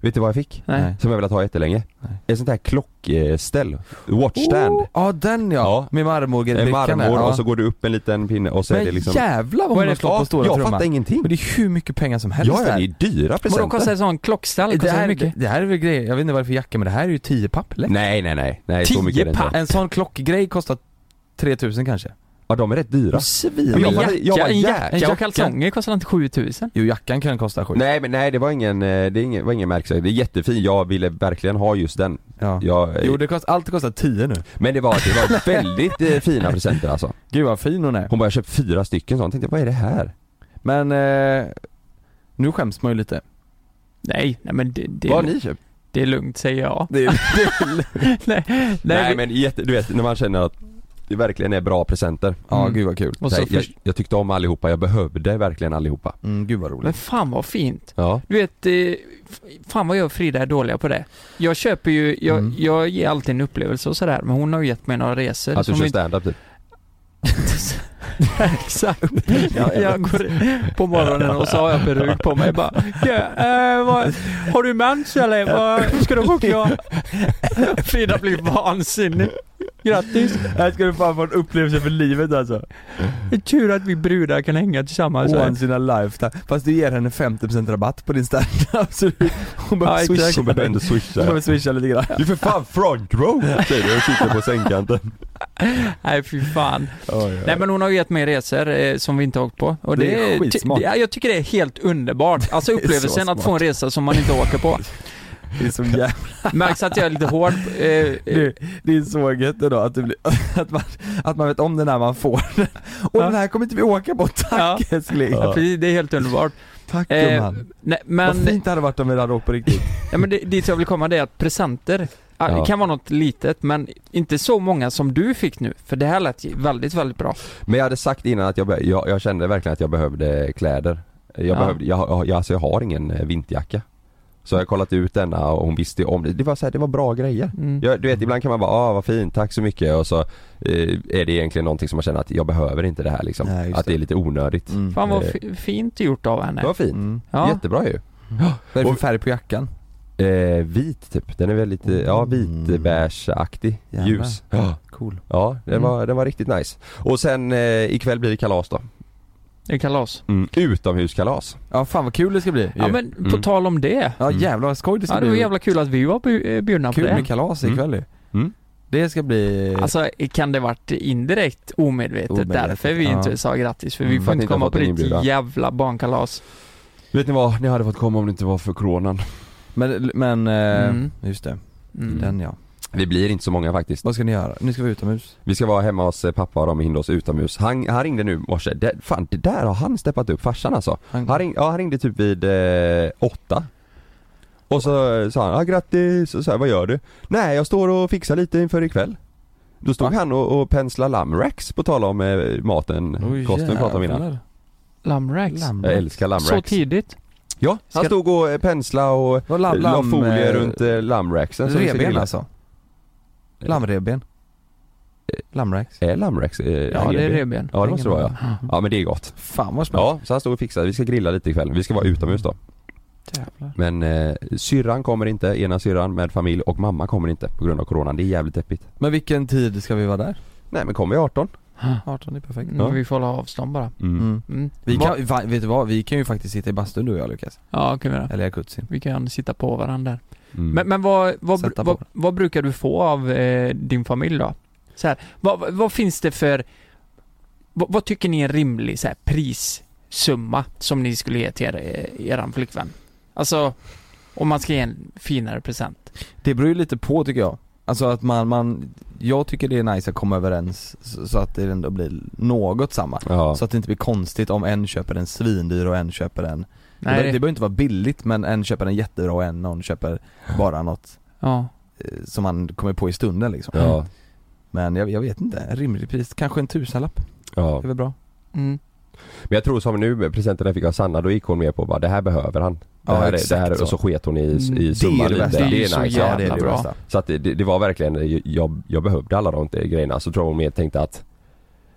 S4: Vet du vad jag fick?
S1: Nej.
S4: Som jag velat ha jättelänge?
S2: Nej.
S4: Ett sånt här klockställ, watchstand
S2: Oh, Ja den ja,
S4: Ja.
S2: med
S4: En
S2: marmorbrickan
S4: marmor
S2: ja.
S4: och så går det upp en liten pinne och så
S2: Men
S4: är det liksom
S2: jävlar vad
S1: Vad är
S2: hon har
S1: det-
S2: slått på stora
S4: jag
S2: trumman.
S4: fattar ingenting!
S2: Men det är hur mycket pengar som helst
S4: Ja, ja, det är
S2: där.
S4: dyra
S1: Men då
S4: presenter!
S1: kostar en sån klockstall,
S2: det,
S1: kostar det
S2: här,
S1: mycket?
S2: det här är väl grejer, jag vet inte varför jacka men det här är ju 10 papp lätt.
S4: Nej nej nej, nej så
S1: Tio
S4: mycket är det inte.
S1: papp.
S2: En sån klockgrej kostar 3000 kanske.
S4: Ja de är rätt dyra.
S2: Svin.
S4: Men
S1: Men
S4: jag var-
S1: jacka,
S4: jag var
S1: en jacka,
S4: jäkla-
S1: och kalsonger kostar inte 7000?
S2: Jo jackan kan kosta sju.
S4: Nej men nej det var ingen, eh, det är ingen, var ingen märkesökning. Det är jättefin, jag ville verkligen ha just den.
S2: Ja.
S4: Jag,
S2: Jo det kost, allt kostar 10 nu.
S4: Men det var, det var väldigt eh, fina presenter alltså.
S2: Gud vad fin hon är.
S4: Hon bara jag köpt fyra stycken sånt, tänkte vad är det här?
S2: Men eh, nu skäms man ju lite.
S1: Nej, nej men det, det,
S4: vad har
S1: är,
S4: ni köpt?
S1: det är lugnt säger jag.
S4: Det är,
S1: nej, nej,
S4: nej
S1: vi-
S4: men jätte, du vet när man känner att det verkligen är bra presenter.
S2: Ja
S1: Mm.
S2: gud vad kul.
S1: och
S4: Så
S1: så
S4: här, jag,
S1: först-
S4: jag tyckte om allihopa, jag behövde verkligen allihopa.
S2: Mm, gud vad
S1: Men
S2: roligt.
S1: fan vad fint.
S4: Ja.
S1: Du vet, eh, f- fan vad jag och Frida är dåliga på det. Jag köper ju, jag,
S2: Mm.
S1: jag ger alltid en upplevelse och sådär, men hon har ju gett mig några resor.
S4: Att du
S1: som
S4: kör
S1: inte-
S4: standup typ.
S1: Exakt. Jag, jag går på morgonen och så har jag peruk på mig bara. "Ja, eh, vad, har du mens eller? Vad, ska du choklad? Frida blir vansinnig. Grattis!
S2: Här ska du fan få en upplevelse för livet alltså.
S1: Det är tur att vi brudar kan hänga tillsammans.
S2: Once in a lifetime. Fast du ger henne 50% rabatt på din standup så du- hon
S1: Ja,
S2: behöver
S1: exakt.
S2: swisha.
S4: Hon behöver ändå
S2: Hon
S4: swisha.
S2: behöver swisha lite grann.
S4: Du är för fan front row säger du och sitter på sängkanten.
S1: Nej fy fan. Nej men hon har ju gett mig resor eh, som vi inte har åkt på. Och
S2: Det
S1: ty-
S2: är skitsmart.
S1: det- ja, jag tycker det är helt underbart. Alltså
S2: Det är så
S1: upplevelsen att få en
S2: smart.
S1: resa som man inte åker på.
S2: Det är så jävla
S1: Märks att jag är lite hård. eh, Eh,
S2: Du, det är så gött idag att, det blir, att, man, att man vet om den här man får. Och
S1: Ja.
S2: den här kommer inte vi åka på, tack älskling!
S1: ja, precis, det är helt underbart.
S2: Tack
S1: Eh,
S2: gumman!
S1: Nej,
S2: Vad
S1: men
S2: fint det hade varit om vi hade åkt på riktigt.
S1: ja, men det, dit jag vill komma det är att presenter, ah,
S4: Ja.
S1: det kan vara något litet men inte så många som du fick nu. För det här lät ju väldigt, väldigt bra.
S4: Men jag hade sagt innan att jag, be- jag, jag kände verkligen att jag behövde kläder. Jag,
S1: Ja.
S4: behövde, jag, jag, alltså jag har ingen eh, vinterjacka. Så jag har kollat ut denna och hon visste ju om det. Det var, så här, det var bra grejer.
S1: Mm.
S4: Jag, du vet ibland kan man bara ah vad fint, tack så mycket och så eh, är det egentligen någonting som man känner att jag behöver inte det här liksom.
S2: Nej, just
S4: att det är
S2: det.
S4: lite onödigt.
S2: Mm.
S1: Fan vad
S4: Eh.
S1: fi- fint gjort av henne.
S4: Det var fint.
S2: Mm.
S1: Ja.
S4: Jättebra ju.
S2: Vad är det
S4: Och-
S2: för färg på jackan?
S4: Eh, vit typ, den är väldigt, eh, ja
S2: Mm.
S4: vitbeigeaktig,
S2: Jävlar.
S4: ljus. Ja,
S2: Cool.
S4: ja den,
S1: Mm.
S4: var, den var riktigt nice. Och sen eh, ikväll blir det kalas då.
S1: Det är kalas.
S4: Mm. Utomhuskalas.
S2: Ja fan vad kul det ska bli
S1: Ja
S2: ju.
S1: men på
S4: Mm.
S1: tal om det.
S2: ja
S4: Mm.
S2: jävlar vad skoj det ska
S1: Ja, det
S2: bli.
S1: var jävla kul att vi var bu- eh, bjudna på
S2: Kul
S1: det.
S2: med kalas
S4: Mm.
S2: ikväll ju.
S4: Mm.
S2: Det ska bli...
S1: Alltså kan det varit indirekt omedvetet,
S2: Eh, Omedvetet,
S1: därför vi
S2: ja.
S1: inte sa grattis för vi
S4: Mm, för
S1: får
S4: att
S1: inte
S4: inte ha
S1: komma
S4: fått
S1: på
S4: en
S1: ditt
S4: inbjudan.
S1: jävla barnkalas.
S4: Vet ni vad, ni hade fått komma om det inte var för coronan.
S2: men, men eh,
S1: Mm.
S2: just det.
S1: Mm.
S2: Den ja.
S4: Vi blir inte så många faktiskt.
S2: Vad ska ni göra? Nu ska vi utomhus.
S4: Vi ska vara hemma hos eh, pappa och de i Hindås utomhus. Han, han ringde nu i morse, det, fan det där har han steppat upp, farsan alltså.
S2: Han-
S4: Han, ring, ja, han ringde typ vid eh, åtta. Och så eh, sa han ah, 'grattis' och så här, 'vad gör du?' 'Nej, jag står och fixar lite inför ikväll' Då stod han och, och penslade lammracks på tal om eh, maten,
S2: Oj,
S4: kosten vi pratade om innan.
S2: jävlar.
S1: Lammracks.
S4: Jag
S2: Lamm.
S4: älskar
S1: Så
S4: lammracks.
S1: tidigt?
S4: Ja, han
S1: Ska-
S4: stod och eh, pensla och
S2: Vad
S4: eh,
S2: lamm,
S4: la
S2: lamm,
S4: folie
S2: eh,
S4: runt eh, lammracksen som vi ska
S2: Revben
S4: grilla.
S2: alltså? Lammrevben? Lammrax?
S4: Är lammracks
S1: Ja,
S4: eh,
S1: det är
S4: revben?
S1: revben. Mm.
S4: Ja, det måste det vara ja.
S1: Ja.
S4: Ja men det är gott.
S2: Fan vad smält.
S4: Ja, så han stod och fixade. Vi ska grilla lite ikväll. Vi ska vara utomhus då.
S2: Jävlar.
S4: Men eh, syrran kommer inte, ena syrran med familj och mamma kommer inte på grund av coronan. Det är jävligt deppigt.
S2: Men vilken tid ska vi vara där?
S4: Nej men kommer vi 18?
S2: 18 är perfekt.
S1: Mm, Vi får hålla avstånd bara.
S4: Mm.
S2: Mm.
S1: Mm.
S2: Vi
S1: Va-
S2: kan, va, vet du vad? Vi kan ju faktiskt sitta i bastun du och jag Lukas.
S1: Ja, kan vi göra.
S2: Eller jacuzzi.
S1: Vi kan sitta på varandra. där.
S4: Mm.
S1: Men, men vad, vad,
S2: Sätta
S1: vad,
S2: på
S1: vad, brukar du få av eh, din familj då? Så här, vad, vad finns det för... Vad, vad tycker ni är en rimlig så här, prissumma som ni skulle ge till er, eh, eran flickvän? Alltså, om man ska ge en finare present.
S2: Det beror ju lite på tycker jag. Alltså att man, man, jag tycker det är nice att komma överens så, så att det ändå blir något samma.
S4: ja.
S2: Så att det inte blir konstigt om en köper en svindyr och en köper en, det
S1: Nej,
S2: behöver- det behöver inte vara billigt men en köper en jättebra och en någon köper bara något
S1: ja.
S2: eh, som man kommer på i stunden liksom.
S4: ja.
S2: Men jag, jag vet inte, en rimlig pris, kanske en tusenlapp,
S4: Ja.
S2: det är väl bra?
S1: Mm.
S4: Men jag tror som nu presenten jag fick av Sanna, då gick hon med på bara det här behöver han. Det
S2: Ja,
S4: här, är-
S2: exakt
S4: det här, och så
S2: så.
S4: sket hon i,
S1: Mm. Det
S4: i
S1: är
S4: summan
S2: det
S4: lite.
S2: bästa.
S1: Det är
S4: Det
S1: ju så
S4: är nice.
S1: jävla
S4: Ja, det är det
S1: bra.
S4: bästa. Så att det, det, det var verkligen, eh, jag, jag behövde alla de eh, grejerna. Så tror jag hon mer tänkte att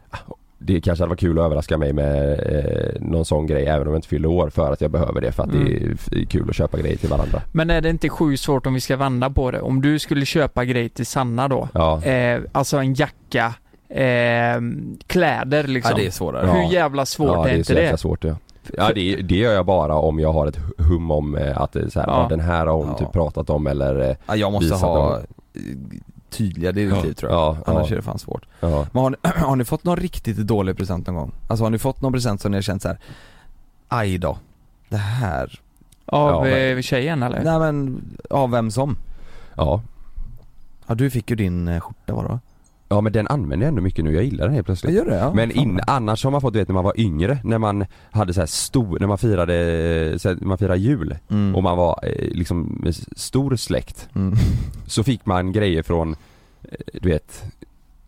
S4: ah, det kanske hade varit kul att överraska mig med eh, någon sån grej även om jag inte fyller år för att jag behöver det för att det
S1: Mm.
S4: är f- kul att köpa grejer till varandra.
S1: Men är det inte sjukt svårt om vi ska vända på det? Om du skulle köpa grej till Sanna då,
S4: Ja.
S1: eh, alltså en jacka, eh, kläder liksom.
S2: svårare.
S4: Ja.
S1: Hur jävla svårt är,
S4: ja, det är
S1: inte
S4: så jäkla
S1: det?
S4: svårt ja. Ja det, det gör jag bara om jag har ett hum om eh, att det är så här,
S1: Ja.
S4: ja. den här har hon
S2: Ja.
S4: typ pratat om eller eh,
S2: Ja, jag måste
S4: Visa
S2: ha
S4: dem.
S2: eh, tydliga direktiv
S4: Ja.
S2: tror jag.
S4: Ja,
S2: Annars
S4: ja.
S2: är det fan svårt.
S4: Ja.
S2: Men har ni, har ni fått någon riktigt dålig present någon gång? Alltså har ni fått någon present som ni har känt så här. aj då, det här,
S1: Av
S4: Ja,
S1: eh, tjejen eller?
S2: nej men av vem som?
S4: ja.
S2: Ja du fick ju din eh, skjorta var det va?
S4: Ja men den använder jag ändå mycket nu, jag gillar den helt plötsligt.
S2: Jag gör det ja.
S4: Men
S2: Fan.
S4: in, annars har man fått, du vet när man var yngre, när man hade så här stor, när man firade, eh, så här, man firade jul
S2: Mm.
S4: och man var eh, liksom med s- stor släkt,
S2: Mm.
S4: så fick man grejer från, eh, du vet,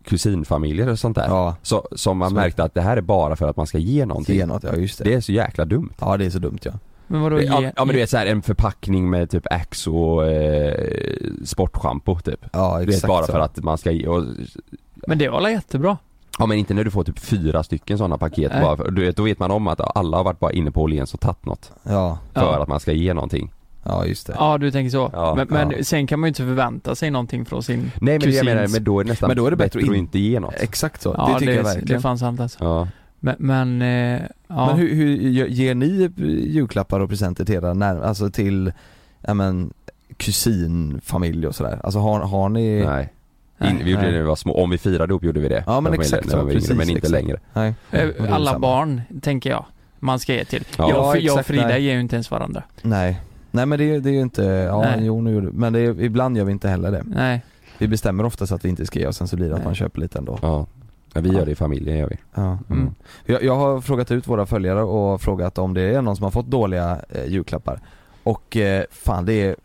S4: kusinfamiljer och sånt där.
S2: Ja,
S4: Så, som man
S2: Så-
S4: märkte att det här är bara för att man ska ge någonting.
S2: ge något, ja just det.
S4: Det är så jäkla dumt.
S2: Ja det är så dumt ja.
S1: Men vadå ge?
S4: Ja, ja men du vet så här, en förpackning med typ Axe och eh, sportschampo typ.
S2: Ja
S4: Du vet
S2: exakt
S4: bara
S2: så.
S4: för att man ska ge, och,
S1: Men det var alla jättebra?
S4: ja men inte när du får typ fyra stycken sådana paket
S1: Nej.
S4: bara för, du vet, då vet man om att alla har varit bara inne på Åhléns och tagit något.
S2: Ja,
S4: För
S1: ja.
S4: att man ska ge någonting.
S2: ja just det.
S1: ja, du tänker så.
S4: Ja,
S1: men men
S2: ja.
S1: sen kan man ju inte förvänta sig någonting från sin
S4: Nej men det jag
S1: kusins-
S4: menar, men då är det nästan
S2: Men då är det bättre att
S4: att
S2: in-
S4: inte ge något.
S2: Exakt så,
S1: Ja,
S2: det tycker jag
S1: det
S2: verkligen.
S1: fanns sant alltså.
S4: Ja.
S1: Men, men eh, ja.
S2: Men hur, hur ge- ger ni julklappar och presenter till era när, alltså till, ja men kusinfamilj och sådär? Alltså har, har ni?
S4: Nej.
S1: Nej.
S4: In, vi gjorde det när vi var små, om vi firade ihop gjorde vi det.
S2: Ja, men
S4: När vi var-
S2: exakt
S4: när
S2: så,
S4: vi var yngre,
S2: precis,
S4: Men inte
S2: exakt.
S4: längre.
S2: Nej.
S1: Eh,
S2: Och det är
S1: Alla
S2: samma.
S1: barn, tänker jag, man ska ge till. jag,
S4: Ja.
S1: och- jag och
S2: exakt,
S1: Frida
S2: nej.
S1: ger ju inte ens varandra.
S2: Nej. Nej men det, är- det är ju inte, ja
S1: Nej.
S2: jo nu gjorde men det är, ibland gör vi inte heller det.
S1: Nej.
S2: Vi bestämmer oftast att vi inte ska ge och sen så blir det att
S1: Nej.
S2: man köper lite ändå.
S4: Ja. ja vi gör det i familjen gör vi.
S2: Ja.
S4: Mm.
S1: Mm.
S2: Jag, jag har frågat ut våra följare och frågat om det är någon som har fått dåliga eh, julklappar. Och eh, fan det är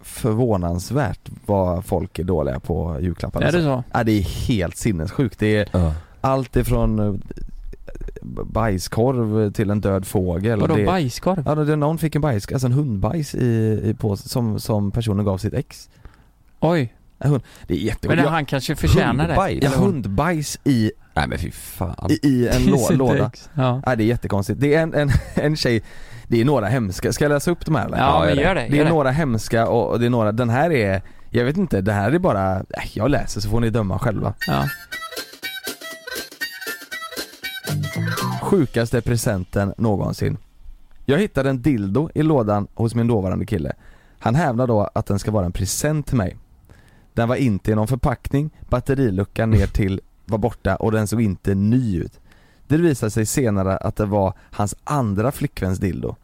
S2: förvånansvärt vad folk är dåliga på julklappar.
S1: Är
S2: alltså.
S1: det så?
S2: Ja, det är helt sinnessjukt. Det är allt ifrån eh, bajskorv till en död fågel.
S1: Vadå
S2: det...
S1: bajskorv?
S2: Ja, det, någon fick en bajs, alltså en hundbajs i, i på, som, som personen gav sitt ex.
S1: Oj.
S2: Det är jätteweird.
S1: Men
S2: Jag-
S1: han kanske förtjänar det.
S4: Hundbajs?
S2: Ja, hundbajs i,
S4: Nej men fy fan.
S2: i, i en
S1: I
S2: lå,
S1: sitt
S2: låda.
S1: ex. Ja.
S2: Ja, det är jättekonstigt. Det är en, en, en tjej, det är några hemska, ska jag läsa upp de här eller?
S1: Ja,
S4: gör
S1: men
S4: det.
S1: gör det.
S2: Det
S1: Gör
S2: är
S1: det.
S2: några hemska och och det är några, den här är, jag vet inte, det här är bara, äh, jag läser så får ni döma själva.
S1: Ja.
S2: Sjukaste presenten någonsin. Jag hittade en dildo i lådan hos min dåvarande kille. Han hävdar då att den ska vara en present till mig. Den var inte i någon förpackning, batteriluckan ner till var borta och den såg inte ny ut. Det visade sig senare att det var hans andra flickväns dildo.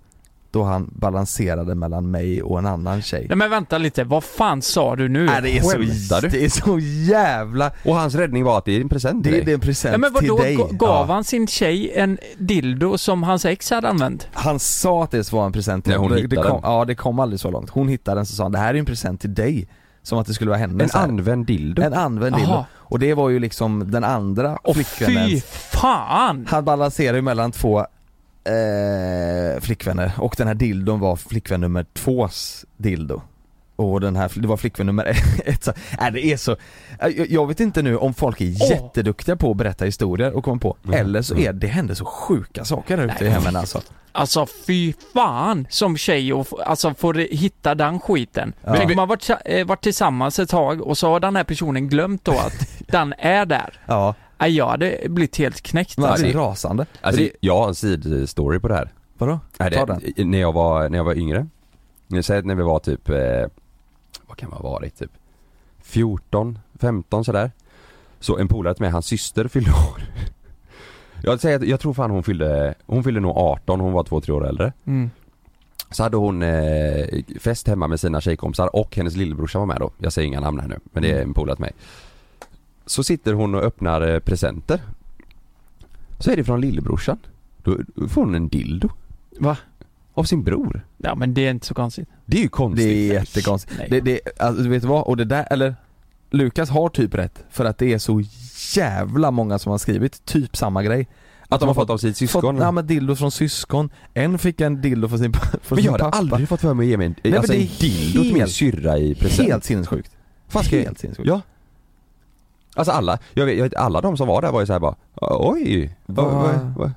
S2: Då han balanserade mellan mig och en annan tjej.
S1: Nej men vänta lite, vad fan sa du nu?
S2: Nej, det, är så,
S4: skämtar du?
S2: det är så jävla...
S4: Och hans räddning var att det är en present till
S2: Det,
S4: dig.
S2: det är en present
S1: Ja, men vadå,
S2: till dig.
S1: Ga- gav han sin tjej en dildo som hans ex hade använt?
S2: Han sa att det var en present till
S4: Nej, hon
S2: det, det
S4: hittade
S2: kom,
S4: den.
S2: Ja det kom aldrig så långt. Hon hittade den så sa han, det här är en present till dig. Som att det skulle vara
S4: En
S2: hennes. här.
S4: använd dildo?
S2: en använd dildo.
S1: Jaha.
S2: Och det var ju liksom den andra
S1: Åh fy
S2: flickvännens.
S1: fan!
S2: Han balanserade ju mellan två eh, flickvänner och den här dildon var flickvän nummer tvås dildo. Och den här, det var flickvän nummer ett. Så, äh, det är så, äh, jag, jag vet inte nu om folk är
S1: Åh.
S2: jätteduktiga på att berätta historier och komma på,
S4: Mm.
S2: eller så är det händer så sjuka saker där ute i hemmen alltså.
S1: Alltså fy fan som tjej och f- alltså får det- hitta den skiten.
S2: Ja.
S1: Tänk om man varit, sa- eh, varit tillsammans ett tag och så har den här personen glömt då att den är där.
S2: Ja.
S1: Nej, Jag hade blivit helt knäckt
S2: Man
S1: alltså.
S2: blir rasande.
S4: Alltså
S2: det-
S4: jag har en sidostory på det här.
S2: Vadå?
S4: Nej, det,
S2: Ta den.
S4: i- När jag var, när jag var yngre. Nu säger jag när vi var typ, eh, vad kan man ha varit typ 14, 15 sådär. Så en polare till mig, hans syster fyllde år. Jag säger att jag tror fan hon fyllde, hon fyllde nog 18, hon var 2-3 år äldre.
S1: Mm.
S4: Så hade hon eh, fest hemma med sina tjejkompisar och hennes lillebrorsa var med då. Jag säger inga namn här nu, men det är en polare till mig. Så sitter hon och öppnar eh, presenter. Så är det från lillebrorsan. Då då får hon en dildo.
S1: Va?
S4: Av sin bror.
S1: Ja men det är inte så konstigt.
S4: Det är ju
S2: Det
S4: konstigt.
S2: är jättekonstigt.
S1: Nej.
S2: Det, det, alltså, du vet vad? Och det där, eller Lukas har typ rätt för att det är så jävla många som har skrivit typ samma grej.
S4: Att de har fått av sitt syskon.
S2: Fått, ja men dildo från syskon, en fick en dildo från sin, från
S4: men jag
S2: sin
S4: hade
S2: pappa.
S4: aldrig fått för mig att ge mig en,
S2: men
S4: alltså
S2: det
S4: en
S2: är
S4: dildo till min
S2: helt-
S4: syrra i present.
S2: Helt sinnessjukt.
S4: Fan, ska jag-
S2: Helt sinnessjukt.
S4: Ja. Alltså alla, jag vet, jag vet, alla de som var där var ju såhär bara Oj! Vad,
S2: Vad-
S4: vad, vad,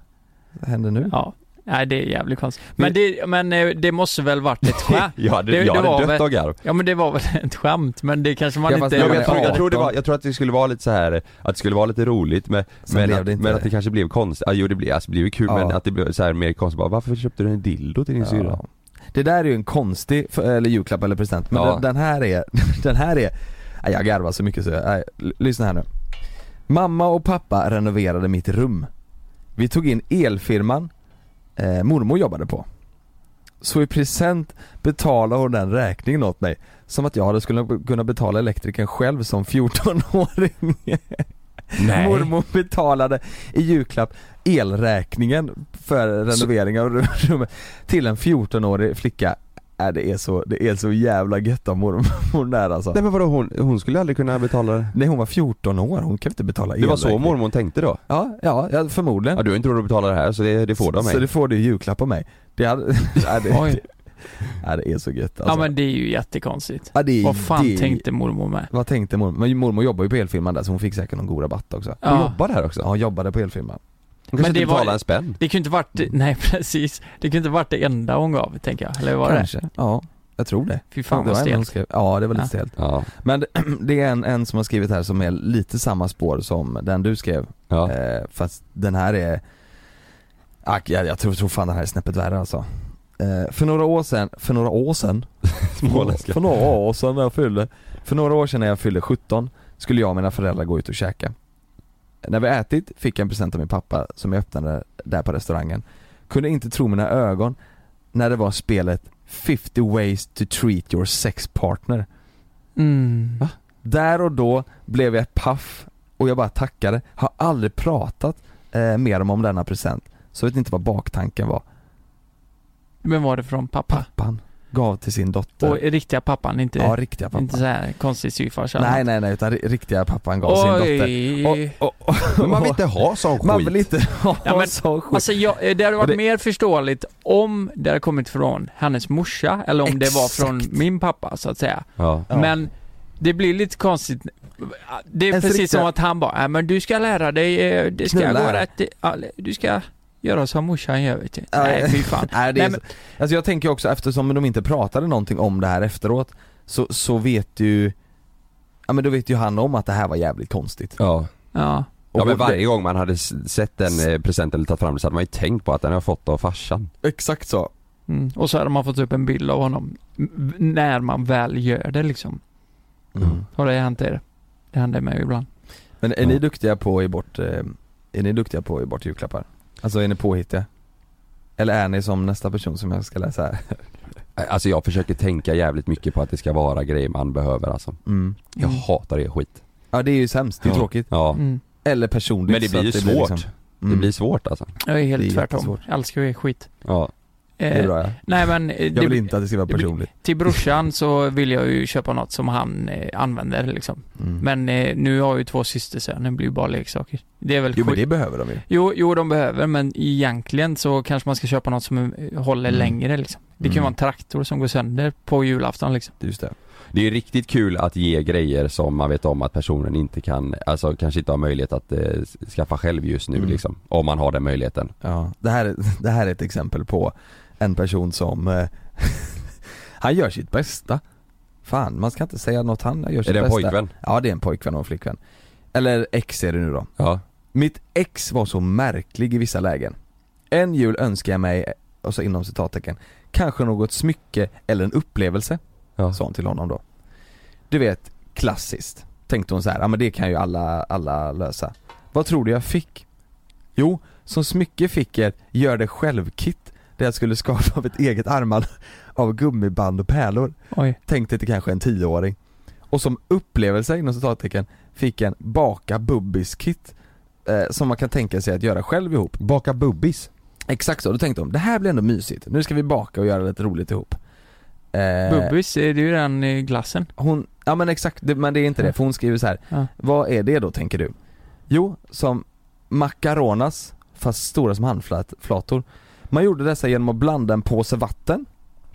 S2: Vad händer nu?
S1: Ja. Nej det är jävligt konstigt. Men det, men eh, det måste väl varit ett skämt?
S4: jag hade,
S1: Det-
S4: jag
S1: det
S4: hade
S1: var
S4: dött
S1: väl-
S4: av garv.
S1: Ja men det var väl ett skämt men det kanske man
S2: Ja, fast
S1: inte...
S2: det
S4: Ja,
S2: var
S4: men jag,
S2: ett
S4: tror, jag,
S2: skämt.
S4: tror det var, jag tror att det skulle vara lite så här att det skulle vara lite roligt men,
S2: Sen
S4: men,
S2: blev
S4: att,
S2: det inte
S4: men
S2: det.
S4: att det kanske blev konstigt, ja, jo det blev, alltså, det blev ju kul
S2: Ja.
S4: men att det blev så här mer konstigt bara, varför köpte du en dildo till din syrra?
S2: Ja. Det där är ju en konstig, för- eller julklapp eller present, men
S4: Ja.
S2: den, den här är, den här är Nej, jag garvar så mycket så jag, nej, l- lyssna här nu. Mamma och pappa renoverade mitt rum. Vi tog in elfirman eh, mormor jobbade på. Så i present betalade hon den räkningen åt mig. Som att jag hade skulle kunna betala elektrikern själv som 14-åring. Mormor betalade i julklapp elräkningen för renoveringen av rummet till en 14-årig flicka. Äh, det, är så, det är så jävla gött av mormor där alltså.
S4: Nej men vadå hon, hon skulle aldrig kunna betala det?
S2: Nej hon var 14 år, hon kan inte betala
S4: Det var så
S2: elräkning.
S4: mormor tänkte då?
S2: Ja, ja, ja förmodligen.
S4: Ja du har inte råd att betala det här så det, det får du av mig.
S2: Så det får du i julklapp av mig. Det, hade, nej, det,
S1: Oj.
S2: det, nej, det är så gött alltså.
S1: Ja men det är ju jättekonstigt.
S2: Ja, det är-
S1: Vad fan
S2: det är-
S1: tänkte mormor med?
S2: Vad tänkte mormor? Men mormor jobbar ju på elfirman där så hon fick säkert någon god rabatt också.
S1: Ja.
S4: Hon jobbar där också?
S2: Ja, hon jobbade på elfirman.
S4: Hon kanske
S1: Men det
S4: inte betalar
S1: var-
S4: en spänn?
S1: Det kan ju inte varit, nej precis. Det kan ju inte varit det enda hon gav, tänker jag. Eller var det?
S2: Kanske. Ja, jag tror det.
S1: Fy fan
S2: det
S1: vad
S2: var en hon
S1: stelt.
S2: skrev. Ja, det var lite
S1: Ja.
S2: stelt.
S4: Ja,
S2: Men det är en, en som har skrivit här som är lite samma spår som den du skrev.
S4: ja.
S2: Eh, fast den här är, Ack, jag, jag tror, tror fan den här är snäppet värre alltså. Eh, för några år sedan, för några år sedan
S4: Småländska.
S2: För några år sedan när jag fyllde, för några år sedan när jag fyllde 17 skulle jag och mina föräldrar gå ut och käka. När vi ätit fick jag en present av min pappa som jag öppnade där på restaurangen. Kunde inte tro mina ögon när det var spelet 50 ways to treat your sex partner.
S1: Mm.
S2: Där och då blev jag paff och jag bara tackade. Har aldrig pratat eh, mer om, om denna present. Så vet inte vad baktanken var.
S1: Men var det från pappa?
S2: Pappan gav till sin dotter.
S1: Och riktiga pappan, inte,
S2: ja, riktiga pappan.
S1: inte så här konstig styvfarsa?
S2: Nej nej nej, utan ri- riktiga pappan gav sin dotter.
S1: Oj.
S2: Och- och-
S4: Men man vill inte ha sån skit.
S2: Man vill inte ha
S1: Ja, men-
S2: sån skit.
S1: Alltså jag, eh, det hade varit
S2: Och det-
S1: mer förståeligt om det hade kommit från hennes morsa eller om det var
S2: Exakt.
S1: från min pappa så att säga.
S4: Ja.
S2: Ja.
S1: Men det blir lite konstigt. Det är
S2: Ens
S1: precis
S2: riktiga-
S1: som att han bara, "Nej, men du ska lära dig, eh, det ska
S2: Knulla.
S1: gå rätt, i- ja, du ska göra som morsan gör vet du.
S2: Ja,
S1: alltså, Nej fy fan.
S2: Nej, det är
S1: Nej, men-
S2: så, alltså jag tänker också eftersom de inte pratade någonting om det här efteråt så, så vet ju Ja men då vet ju han om att det här var jävligt konstigt.
S4: Ja.
S1: Ja.
S4: ja men
S2: Och-
S4: varje gång man hade s- sett den eh, presenten eller tagit fram den så hade man ju tänkt på att den har jag fått av farsan.
S2: Exakt så.
S1: Mm. Och så hade man fått upp en bild av honom. m- När man väl gör det liksom.
S2: Mm.
S1: Har det hänt er? Det händer mig ibland.
S2: Men är
S4: Ja.
S2: ni duktiga på att ge bort, eh, är ni duktiga på att ge bort julklappar? Alltså är ni påhittiga? Eller är ni som nästa person som jag ska läsa här?
S4: Alltså jag försöker tänka jävligt mycket på att det ska vara grejer man behöver alltså.
S2: Mm.
S4: Jag
S1: Mm.
S4: hatar det skit.
S2: Ja det är ju sämst, det är
S4: Ja.
S2: tråkigt.
S4: Ja.
S1: Mm.
S2: Eller personligt
S4: Men det
S2: så
S4: blir
S2: att
S4: ju svårt. Det
S2: Mm.
S4: blir svårt alltså.
S1: Jag är helt
S2: Det är
S1: tvärtom.
S2: jättesvårt.
S1: Jag älskar att ge skit.
S4: Ja.
S2: Det är
S1: Eh,
S2: bra ja.
S1: nej men, eh,
S2: Jag vill
S1: det,
S2: inte att det ska vara
S1: det blir-
S2: personligt.
S1: till brorsan så vill jag ju köpa något som han eh, använder liksom.
S2: Mm.
S1: Men eh, nu har jag ju två systersöner, det blir ju bara leksaker. Det är väl
S2: Jo men
S1: skit.
S2: det behöver de ju.
S1: Jo, jo, de behöver, men egentligen så kanske man ska köpa något som eh, håller
S2: Mm.
S1: längre liksom. Det kan ju
S2: Mm.
S1: vara en traktor som går sönder på julafton liksom.
S2: Just det.
S4: Det är ju riktigt kul att ge grejer som man vet om att personen inte kan, alltså kanske inte har möjlighet att eh, skaffa själv just nu
S2: Mm.
S4: liksom. Om man har den möjligheten.
S2: Ja, det här, det här är ett exempel på en person som eh, Han gör sitt bästa Fan, man ska inte säga något han gör sitt
S4: Är det en
S2: bästa
S4: pojkvän?
S2: Ja det är en pojkvän och en flickvän Eller ex är det nu då
S4: Ja.
S2: Mitt ex var så märklig i vissa lägen En jul önskar jag mig, och så inom citattecken Kanske något smycke eller en upplevelse
S4: Ja.
S2: Sa hon till honom då Du vet, klassiskt Tänkte hon så här, ja men det kan ju alla, alla lösa Vad tror du jag fick? Jo, som smycke fick jag ett gör det själv-kit Där jag skulle skapa av ett eget armband av gummiband och pärlor
S1: Oj.
S2: Tänkte till kanske en tioåring Och som upplevelse inom citattecken fick jag en baka bubbis-kit eh, Som man kan tänka sig att göra själv ihop
S4: Baka bubbis?
S2: Exakt så, då tänkte de det här blir ändå mysigt, nu ska vi baka och göra lite roligt ihop Eh,
S1: Bubbis, eh, det är ju den eh, glassen.
S2: hon, ja men exakt, det, men det är inte det, för hon skriver så här.
S1: Ja.
S2: Vad är det då tänker du? Jo, som macaronas, fast stora som handflator Man gjorde dessa genom att blanda en påse vatten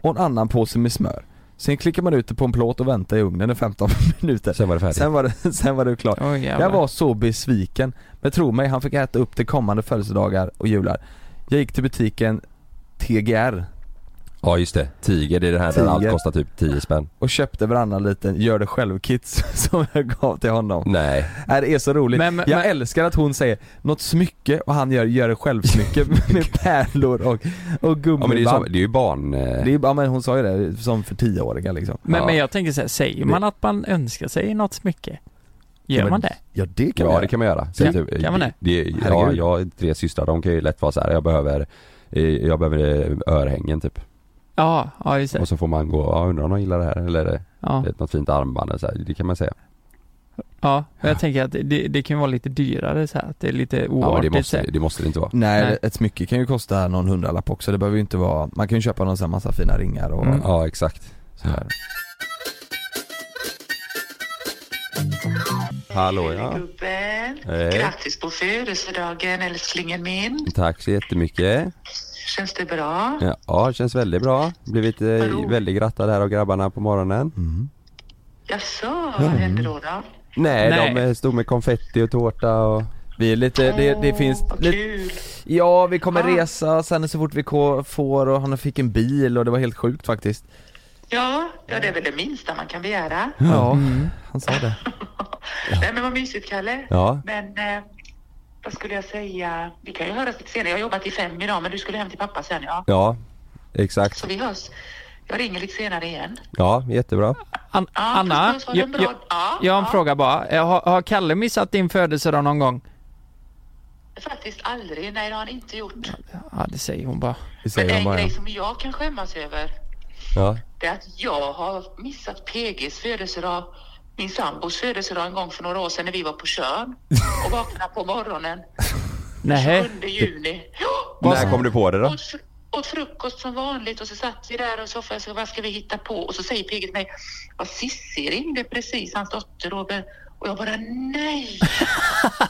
S2: och en annan påse med smör Sen klickar man ut det på en plåt och väntar i ugnen i 15 minuter
S4: Sen var det färdigt.
S2: Sen var det, sen var det klart
S1: Oj jävlar.
S2: jag var så besviken. Men tro mig, han fick äta upp till kommande födelsedagar och jular. Jag gick till butiken TGR
S4: Ja just det, Tiger det är den här där
S2: Tiger.
S4: allt kostar typ 10 spänn.
S2: Och köpte varannan liten gör det själv-kits som jag gav till honom.
S4: Nej.
S2: Nej, det är så roligt.
S1: Men- men-
S2: jag
S1: men-
S2: älskar att hon säger något smycke och han gör gör det själv-smycke med pärlor och, och
S4: Ja men det är ju, som,
S2: gummiband.
S4: det är ju barn... eh,
S2: det är, ja men hon sa ju det, som för tioåringar liksom.
S1: Men,
S4: Ja.
S1: men jag tänker så här, säger man att man önskar sig något smycke? Gör
S2: men-
S1: man det?
S2: Ja det
S4: Ja det kan man göra. Så
S1: Ja,
S4: typ,
S1: kan man det?
S4: det ja,
S2: Herregud.
S4: jag har tre systrar, de kan ju lätt vara så här. jag behöver eh, jag behöver eh, örhängen typ.
S1: Ja, ja just det.
S4: Och så får man gå, ja undrar om de gillar det här eller eh,
S1: Ja,
S4: ett, något fint armband eller så här. det kan man säga.
S1: ja. Men jag tänker att det, det kan ju vara lite dyrare så här, att det är lite
S4: Ja, men
S1: oartigt
S4: det,
S1: så
S4: måste,
S1: här.
S4: det måste det inte vara.
S2: Nej,
S1: Nej.
S2: ett smycke kan ju kosta någon hundralapp också, det behöver ju inte vara, man kan ju köpa någon sån här massa fina ringar och
S1: Mm.
S4: Ja exakt.
S2: sådär.
S4: Hallå
S6: Hej
S4: ja.
S6: gubben.
S4: Hej.
S6: Grattis på födelsedagen älsklingen min.
S4: Tack så jättemycket.
S6: Känns det bra?
S4: Ja, Ja, det känns väldigt bra. Blivit eh,
S6: Hallå.
S4: väldigt grattad här av grabbarna på morgonen.
S6: Jaså, vad hände då? då?
S4: Nej,
S1: Nej.
S4: de eh, stod med konfetti och tårta och...
S2: Vi är lite, det, det finns
S6: Vad
S2: lite,
S6: kul.
S2: ja vi kommer
S6: Ah.
S2: resa sen så fort vi ko- får och han fick en bil och det var helt sjukt faktiskt.
S6: Ja, ja, det är väl det minsta man kan begära.
S2: Ja, han sa det.
S6: Nej, men vad mysigt, Kalle.
S4: Ja.
S6: Men eh, vad skulle jag säga? Vi kan ju höras lite senare. Jag har jobbat i fem idag, men du skulle hem till pappa sen, ja.
S4: Ja, exakt.
S6: Så vi hörs. Jag ringer lite senare igen.
S4: Ja, jättebra.
S1: An- Anna,
S6: puss, puss, ha
S1: jag,
S6: en bra-
S1: jag,
S6: ja,
S1: jag har en
S6: ja.
S1: fråga bara. Eh, Har, har Kalle missat din födelsedag någon gång?
S6: Faktiskt aldrig. Nej, det har han inte gjort.
S1: Ja, det säger hon bara.
S2: Vi
S6: Men
S2: säger
S6: en
S2: han bara,
S6: grej
S2: ja.
S6: som jag kan skämmas över,
S4: Ja.
S6: det är att jag har missat PGs födelsedag, min sambos födelsedag en gång för några år sedan när vi var på Tjörn och vaknade på morgonen
S1: Nej.
S6: 7 juni. Ja,
S4: När kom du på det då?
S6: åt, fr- åt frukost som vanligt och så satt vi där och soffan så vad ska vi hitta på? Och så säger PG till mig, ja Cissi ringde precis, hans dotter Robert. Och jag bara nej!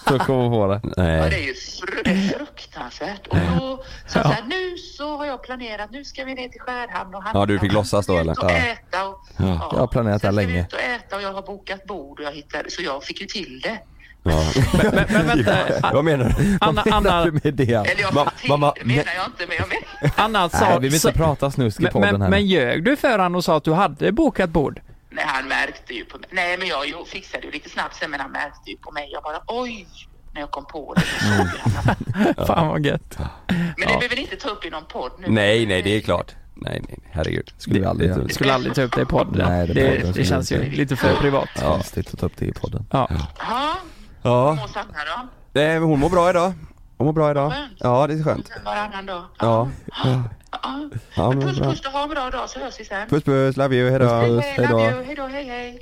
S2: för att komma på det.
S6: Ja, det
S4: Nej.
S6: är ju fru- det
S4: Eh.
S6: är fruktansvärt. Och då sa jag så här, nu så har jag planerat, nu ska vi ner till Skärhamn och handla.
S4: Ja, du fick låtsas då,
S6: Och
S4: eller?
S6: Ut och
S4: Ja.
S6: äta och,
S4: Ja.
S2: Jag har planerat
S6: Sen
S2: det här
S6: ska vi
S2: länge.
S6: ut och äta och jag har bokat bord och jag hittade, så jag fick ju till det.
S4: Ja.
S1: Men, men vänta,
S4: Vad menar du?
S1: Anna,
S2: Menar
S1: Anna,
S2: du med det?
S6: Eller jag
S4: Ma-
S6: fick till
S4: mamma,
S6: det menar jag inte, men jag menar...
S1: Anna sa...
S2: Nej, vi vill
S1: sa-
S2: inte prata snusk i
S1: men, men,
S2: podden här.
S1: men ljög du för han och sa att du hade bokat bord?
S6: Nej, han märkte ju på mig. Nej, men jag jo, fixade ju lite snabbt sen, men han märkte ju på mig. Jag bara, oj! När jag kom på det. så
S4: Mm.
S6: såg jag honom.
S1: Fan vad gött.
S6: Men det behöver ni inte ta upp i någon podd nu.
S4: Nej, nej, det är klart. Nej, nej, herregud.
S2: Skulle vi aldrig
S4: det-
S2: göra.
S1: Jag skulle aldrig ta upp det i podden.
S2: Nej, det
S1: det,
S2: podden
S1: det,
S2: skulle
S1: känns ju
S2: inte.
S1: lite för privat. Ja.
S2: Konstigt att ta upp det i podden.
S6: Ja,
S4: Ja,
S6: och Sanna då?
S4: nej, men hon mår bra idag. Hon mår bra idag.
S6: Skönt.
S4: Ja, det är skönt.
S6: Varannan dag.
S4: Ja.
S6: Ja.
S4: Ja, men
S6: Puss,
S4: bra.
S6: puss och ha en bra dag så hörs vi sen.
S4: Puss puss, love you, hejdå.
S6: Hej,
S2: Hej då.
S6: love you. Hej då, hej, hej.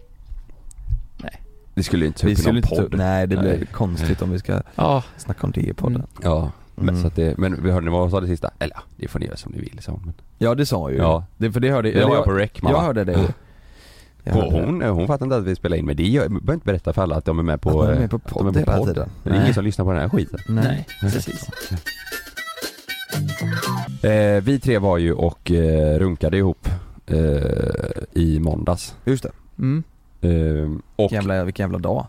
S4: Vi skulle ju inte ta
S2: Vi
S4: upp i
S2: skulle
S4: någon
S2: inte ta upp,
S4: podd.
S2: nej det blir
S4: Nej.
S2: konstigt om vi ska
S1: Ja.
S2: snacka om det i podden.
S4: Ja,
S2: Mm.
S4: men så att det, men vi hörde ni vad hon sa det sista? Eller ja, det får ni göra som ni vill sa hon. Men-
S2: Ja det sa hon ju.
S4: Ja.
S2: Det, för det hörde
S4: Det var jag på rec, mamma.
S2: Jag hörde det ju. Jag
S4: Hon,
S2: hörde det.
S4: hon, hon fattar inte att vi spelar in men det gör, man behöver inte berätta för alla att de är med på,
S2: Att de är med
S4: eh,
S2: på
S4: att
S2: podd hela tiden.
S4: Det är
S2: Nej.
S4: ingen som lyssnar på den här skiten.
S1: Nej, precis.
S2: Mm.
S4: Eh, vi tre var ju och eh, runkade ihop eh, i måndags.
S2: Just det.
S1: Mm.
S4: Eh, och,
S2: Vilken jävla, vilken jävla dag.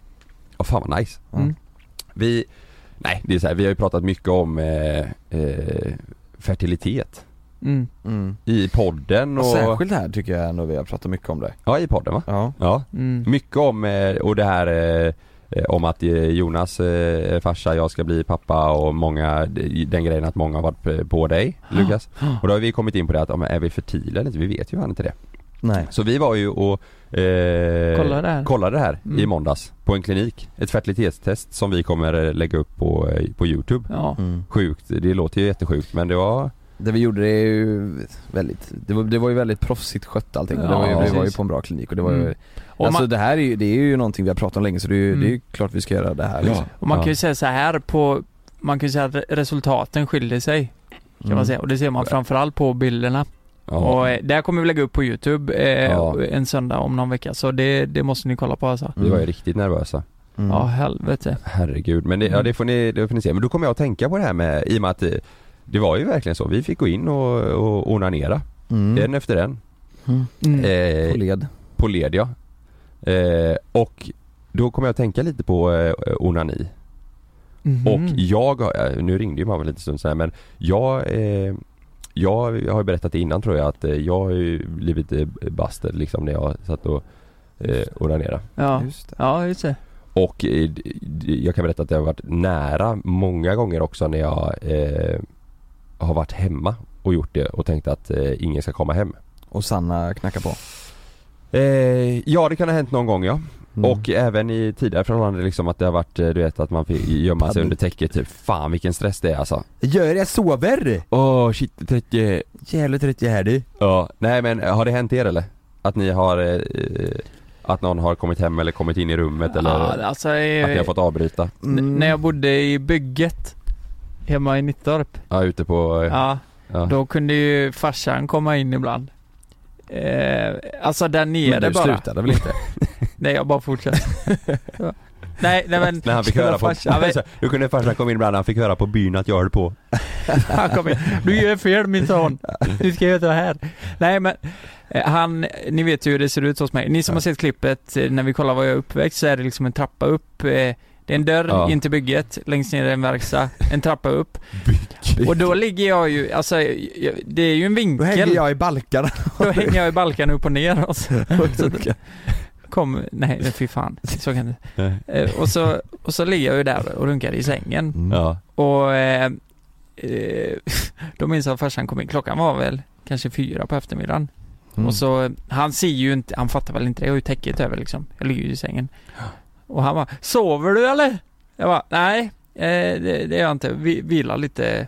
S4: oh, fan vad nice.
S1: Mm.
S4: Vi, nej det är så här, vi har ju pratat mycket om eh, eh, fertilitet.
S1: Mm.
S2: Mm.
S4: I podden
S2: Och
S4: och...
S2: särskilt här tycker jag ändå vi har pratat mycket om det.
S4: Ja i podden va?
S2: Ja.
S4: Ja.
S1: Mm.
S4: Mycket om, eh, och det här eh, eh, om att eh, Jonas eh, farsa, jag ska bli pappa och många, den grejen att många har varit p- på dig Lukas. Och då har vi kommit in på det att, ja, men är vi fertila eller inte? Vi vet ju fan inte det.
S2: Nej.
S4: Så vi var ju och eh,
S1: Kollade det här.
S4: kollade det här
S1: Mm.
S4: i måndags på en klinik. Ett fertilitetstest som vi kommer eh, lägga upp på, eh, på Youtube.
S1: Ja.
S2: Mm.
S4: Sjukt, det låter ju jättesjukt men det var,
S2: Det vi gjorde det är ju väldigt, det var, det var ju väldigt proffsigt skött allting. det var
S4: Ja,
S2: ju, vi var ju
S1: precis.
S2: på en bra klinik och det var ju,
S1: Mm. Och
S2: alltså
S1: man-
S2: det här är ju, det är ju någonting vi har pratat om länge så det är ju,
S1: Mm.
S2: det är ju klart vi ska göra det här. liksom.
S1: Och man kan
S4: Ja.
S1: ju säga så här på... Man kan ju säga att re- resultaten skiljer sig. Kan
S2: Mm.
S1: man säga. Och det ser man framförallt på bilderna.
S4: ja,
S1: Och eh, det här kommer vi lägga upp på Youtube eh,
S4: Ja.
S1: en söndag om någon vecka. Så det, det måste ni kolla på alltså.
S4: vi var ju riktigt nervösa.
S2: Mm.
S1: Ja, helvete.
S4: Herregud, men det, ja, det, får ni, det får ni se. Men då kommer jag att tänka på det här med, i och med att eh, det var ju verkligen så. Vi fick gå in och, och onanera,
S2: Mm.
S4: en efter en.
S1: Mm.
S2: På
S4: Eh,
S2: led.
S4: på led ja. Eh, och då kommer jag att tänka lite på eh, onani.
S1: Mhm.
S4: Och jag, har- eh, nu ringde ju mamma lite stund sen men jag eh, jag, jag har ju berättat det innan tror jag att eh, jag har ju blivit eh, bastad liksom när jag satt och eh, onanerade.
S1: Ja,
S2: Just det.
S1: ja just det.
S4: Och eh, d- d- jag kan berätta att jag har varit nära många gånger också när jag eh, har varit hemma och gjort det och tänkt att eh, ingen ska komma hem.
S2: Och Sanna knackar på.
S4: Eh, ja det kan ha hänt någon gång ja.
S2: Mm.
S4: Och även i tidigare förhållanden liksom att det har varit, eh, du vet att man fick gömma sig
S2: Panik.
S4: under täcket typ. Fan vilken stress det är alltså.
S2: Gör jag sover?
S4: Åh shit, täcke.
S2: Jävligt trött jag är du.
S4: eh. Ja, nej men eh, har det hänt er eller? Att ni har, eh, eh, att någon har kommit hem eller kommit in i rummet eller
S1: Ja, alltså, eh,
S4: att ni har fått avbryta?
S2: Mm.
S1: n- när jag bodde i bygget hemma i Nittorp.
S4: Ja, ute på... eh,
S1: Ja,
S4: ja.
S1: då kunde ju farsan komma in ibland. Eh, alltså där nere
S2: Men du
S1: bara.
S2: slutade väl inte?
S1: Nej, jag bara fortsätter. Ja. nej, nej men.
S4: När han fick höra på...
S1: Farsan, men-
S4: Då kunde farsan komma in ibland, han fick höra på byn att jag höll på.
S1: Han kom in. Du gör fel min son. Du ska göra så här. Nej men, eh, han, ni vet ju hur det ser ut hos mig. Ni som har sett klippet, eh, när vi kollar var jag är uppväxt så är det liksom en trappa upp. eh, Det är en dörr
S4: Ja.
S1: in till bygget, längst ner är en verkstad, en trappa upp. Och då ligger jag ju, alltså jag- det är ju en
S2: Då hängde
S1: vinkel.
S2: jag i balkarna.
S1: Då hänger jag i balkan upp och ner alltså. och så, så kom, nej nej, fy fan, så kan det
S4: Nej.
S1: Eh, och, så, och så ligger jag ju där och runkar i sängen.
S2: Mm.
S4: Ja.
S1: Och eh, eh, då minns jag att farsan kom in, klockan var väl kanske fyra på eftermiddagen.
S2: Mm.
S1: Och så, han ser ju inte, han fattar väl inte det, jag har ju täcket över liksom. Jag ligger ju i sängen. Och han bara, sover du eller? Jag bara, nej, eh, det, det gör jag inte. Vi, vilar lite,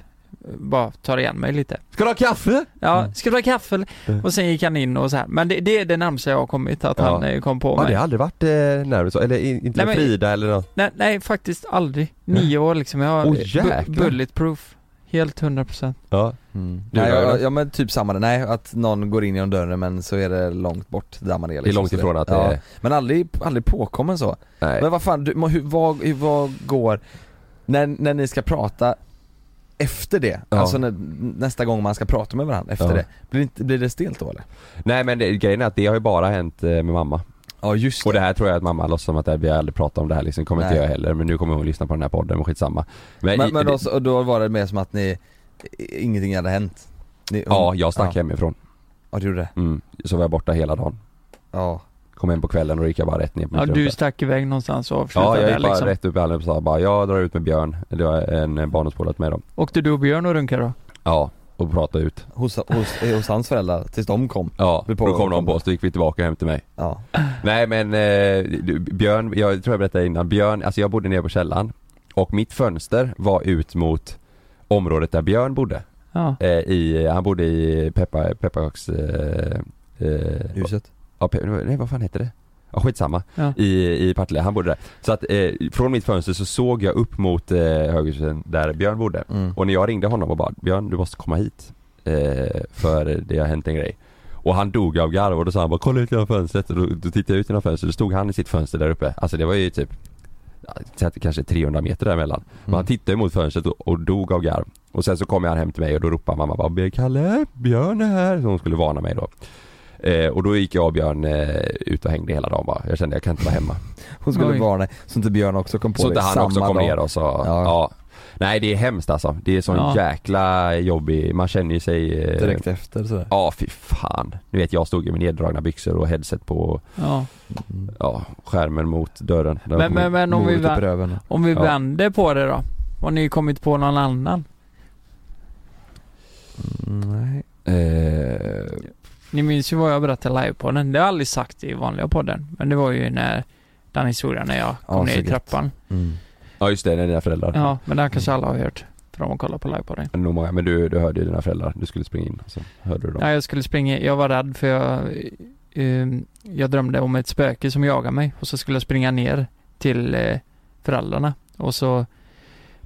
S1: bara tar igen mig lite.
S4: Ska du ha kaffe?
S1: Ja, ska du ha kaffe eller?
S4: Mm.
S1: Och sen gick han in och så här. Men det, det är det närmsta jag har kommit, att
S4: Ja.
S1: han eh, kom på
S4: Ja,
S1: mig.
S4: det har aldrig varit eh, nervös, eller i- inte
S1: Nej,
S4: med
S1: men-
S4: Frida eller något.
S1: nej, nej, faktiskt aldrig. Nio år liksom, jag har eh,
S4: Åh,
S1: bu-
S4: jäklar.
S1: bulletproof. Helt 100%.
S4: Ja. Du
S2: Mm. Nej,
S4: gör det.
S2: jag, ja men typ samma, nej att någon går in genom dörren men så är det långt bort där man är
S4: Det är
S2: liksom.
S4: långt
S2: Så
S4: ifrån att det
S2: ja.
S4: är...
S2: Men aldrig, aldrig påkommen så.
S4: Nej.
S2: Men vad fan, du, må- hur, vad, hur, vad går, när, när ni ska prata efter det,
S4: Ja.
S2: alltså när, nästa gång man ska prata med varandra efter
S4: Ja.
S2: det, blir det, inte, blir det stelt då eller?
S4: Nej men det, grejen är att det har ju bara hänt eh, med mamma.
S2: Ja just
S4: Och det här tror jag att mamma låtsas som att eh, vi har aldrig pratat om det här liksom, kommer inte
S2: Nej.
S4: jag heller men nu kommer hon lyssna på den här podden, men skitsamma.
S2: Men,
S4: i-
S2: men
S4: det-
S2: då, så- och då var det mer som att ni, ingenting hade hänt? Ni,
S4: Ja, jag stack
S2: ja.
S4: hemifrån.
S2: Ja du gjorde det?
S4: Mm. Så var jag borta hela dagen.
S2: Ja.
S4: Kom hem på kvällen och då gick jag bara rätt ner på
S1: Ja,
S4: mitt rum
S1: du
S4: där.
S1: stack iväg någonstans och
S4: Ja,
S1: avslutade
S4: jag
S1: där
S4: gick bara
S1: liksom.
S4: rätt upp i hallen och sa bara jag drar ut med Björn. Det var en eh, barndomspolare med dem.
S1: Åkte du och Björn och runkade då?
S4: Ja, och pratade ut.
S2: Hos, hos, eh, hos hans föräldrar, tills de kom?
S4: Ja,
S2: Vi
S4: då
S2: pågår-
S4: kom de på oss, då gick vi tillbaka hem till mig.
S2: Ja.
S4: Nej men eh, du, Björn, jag tror jag berättade innan, Björn, alltså jag bodde nere på källaren och mitt fönster var ut mot området där Björn bodde.
S1: Ja.
S4: Eh, i, han bodde i peppa, pepparkaks... Eh, eh,
S2: Huset?
S4: ja, pe- nej vad fan heter det? Ja skitsamma,
S1: Ja.
S4: i, i Partille, han bodde där. Så att eh, från mitt fönster så såg jag upp mot eh, höghusen där Björn bodde.
S2: Mm.
S4: Och när jag ringde honom och bara Björn du måste komma hit eh, För det har hänt en grej Och han dog av garv och då sa han bara kolla ut genom fönstret och då, då tittade jag ut genom fönstret då stod han i sitt fönster där uppe Alltså det var ju typ ja, så att- Kanske 300 meter däremellan Men
S2: Mm.
S4: han tittade ju mot fönstret och, och dog av garv Och sen så kom han hem till mig och då ropade mamma bara "Björn, Kalle, Björn är här Så hon skulle varna mig då Eh, och då gick jag och Björn eh, ut och hängde hela dagen bara. Jag kände jag kan inte vara hemma.
S2: Hon skulle
S1: Oj.
S2: varna så inte Björn också kom på
S4: Så
S2: det
S4: att han
S2: samma
S4: också kom
S2: dag.
S4: ner och så, ja. Nej det är hemskt alltså. Det är sån
S1: Ja.
S4: jäkla jobbig, man känner ju sig... eh,
S2: Direkt efter sådär.
S4: Ja fy fan. Nu vet jag stod ju med neddragna byxor och headset på och,
S1: ja.
S4: ja, skärmen mot dörren. Där
S1: Men,
S4: kom-
S1: men, men om vi,
S2: Modet upp
S1: vä-
S2: i röven.
S1: om vi
S4: Ja.
S1: vänder på det då? Har ni kommit på någon annan?
S2: Nej.
S4: Eh,
S1: Ni minns ju vad jag berättade i livepodden. Det har jag aldrig sagt i vanliga podden. Men det var ju när den historien när jag kom
S2: Ja,
S1: ner
S2: så
S1: i
S2: gött.
S1: trappan.
S2: Mm.
S4: ja just det, det är dina föräldrar.
S1: Ja, men den kanske alla har hört. För de har kollat på livepodden.
S4: Det är Nog många, men du, du hörde ju dina föräldrar, du skulle springa in så hörde du dem.
S1: Ja, jag skulle springa. Jag var rädd för jag, eh, jag drömde om ett spöke som jagade mig. Och så skulle jag springa ner till eh, föräldrarna. Och så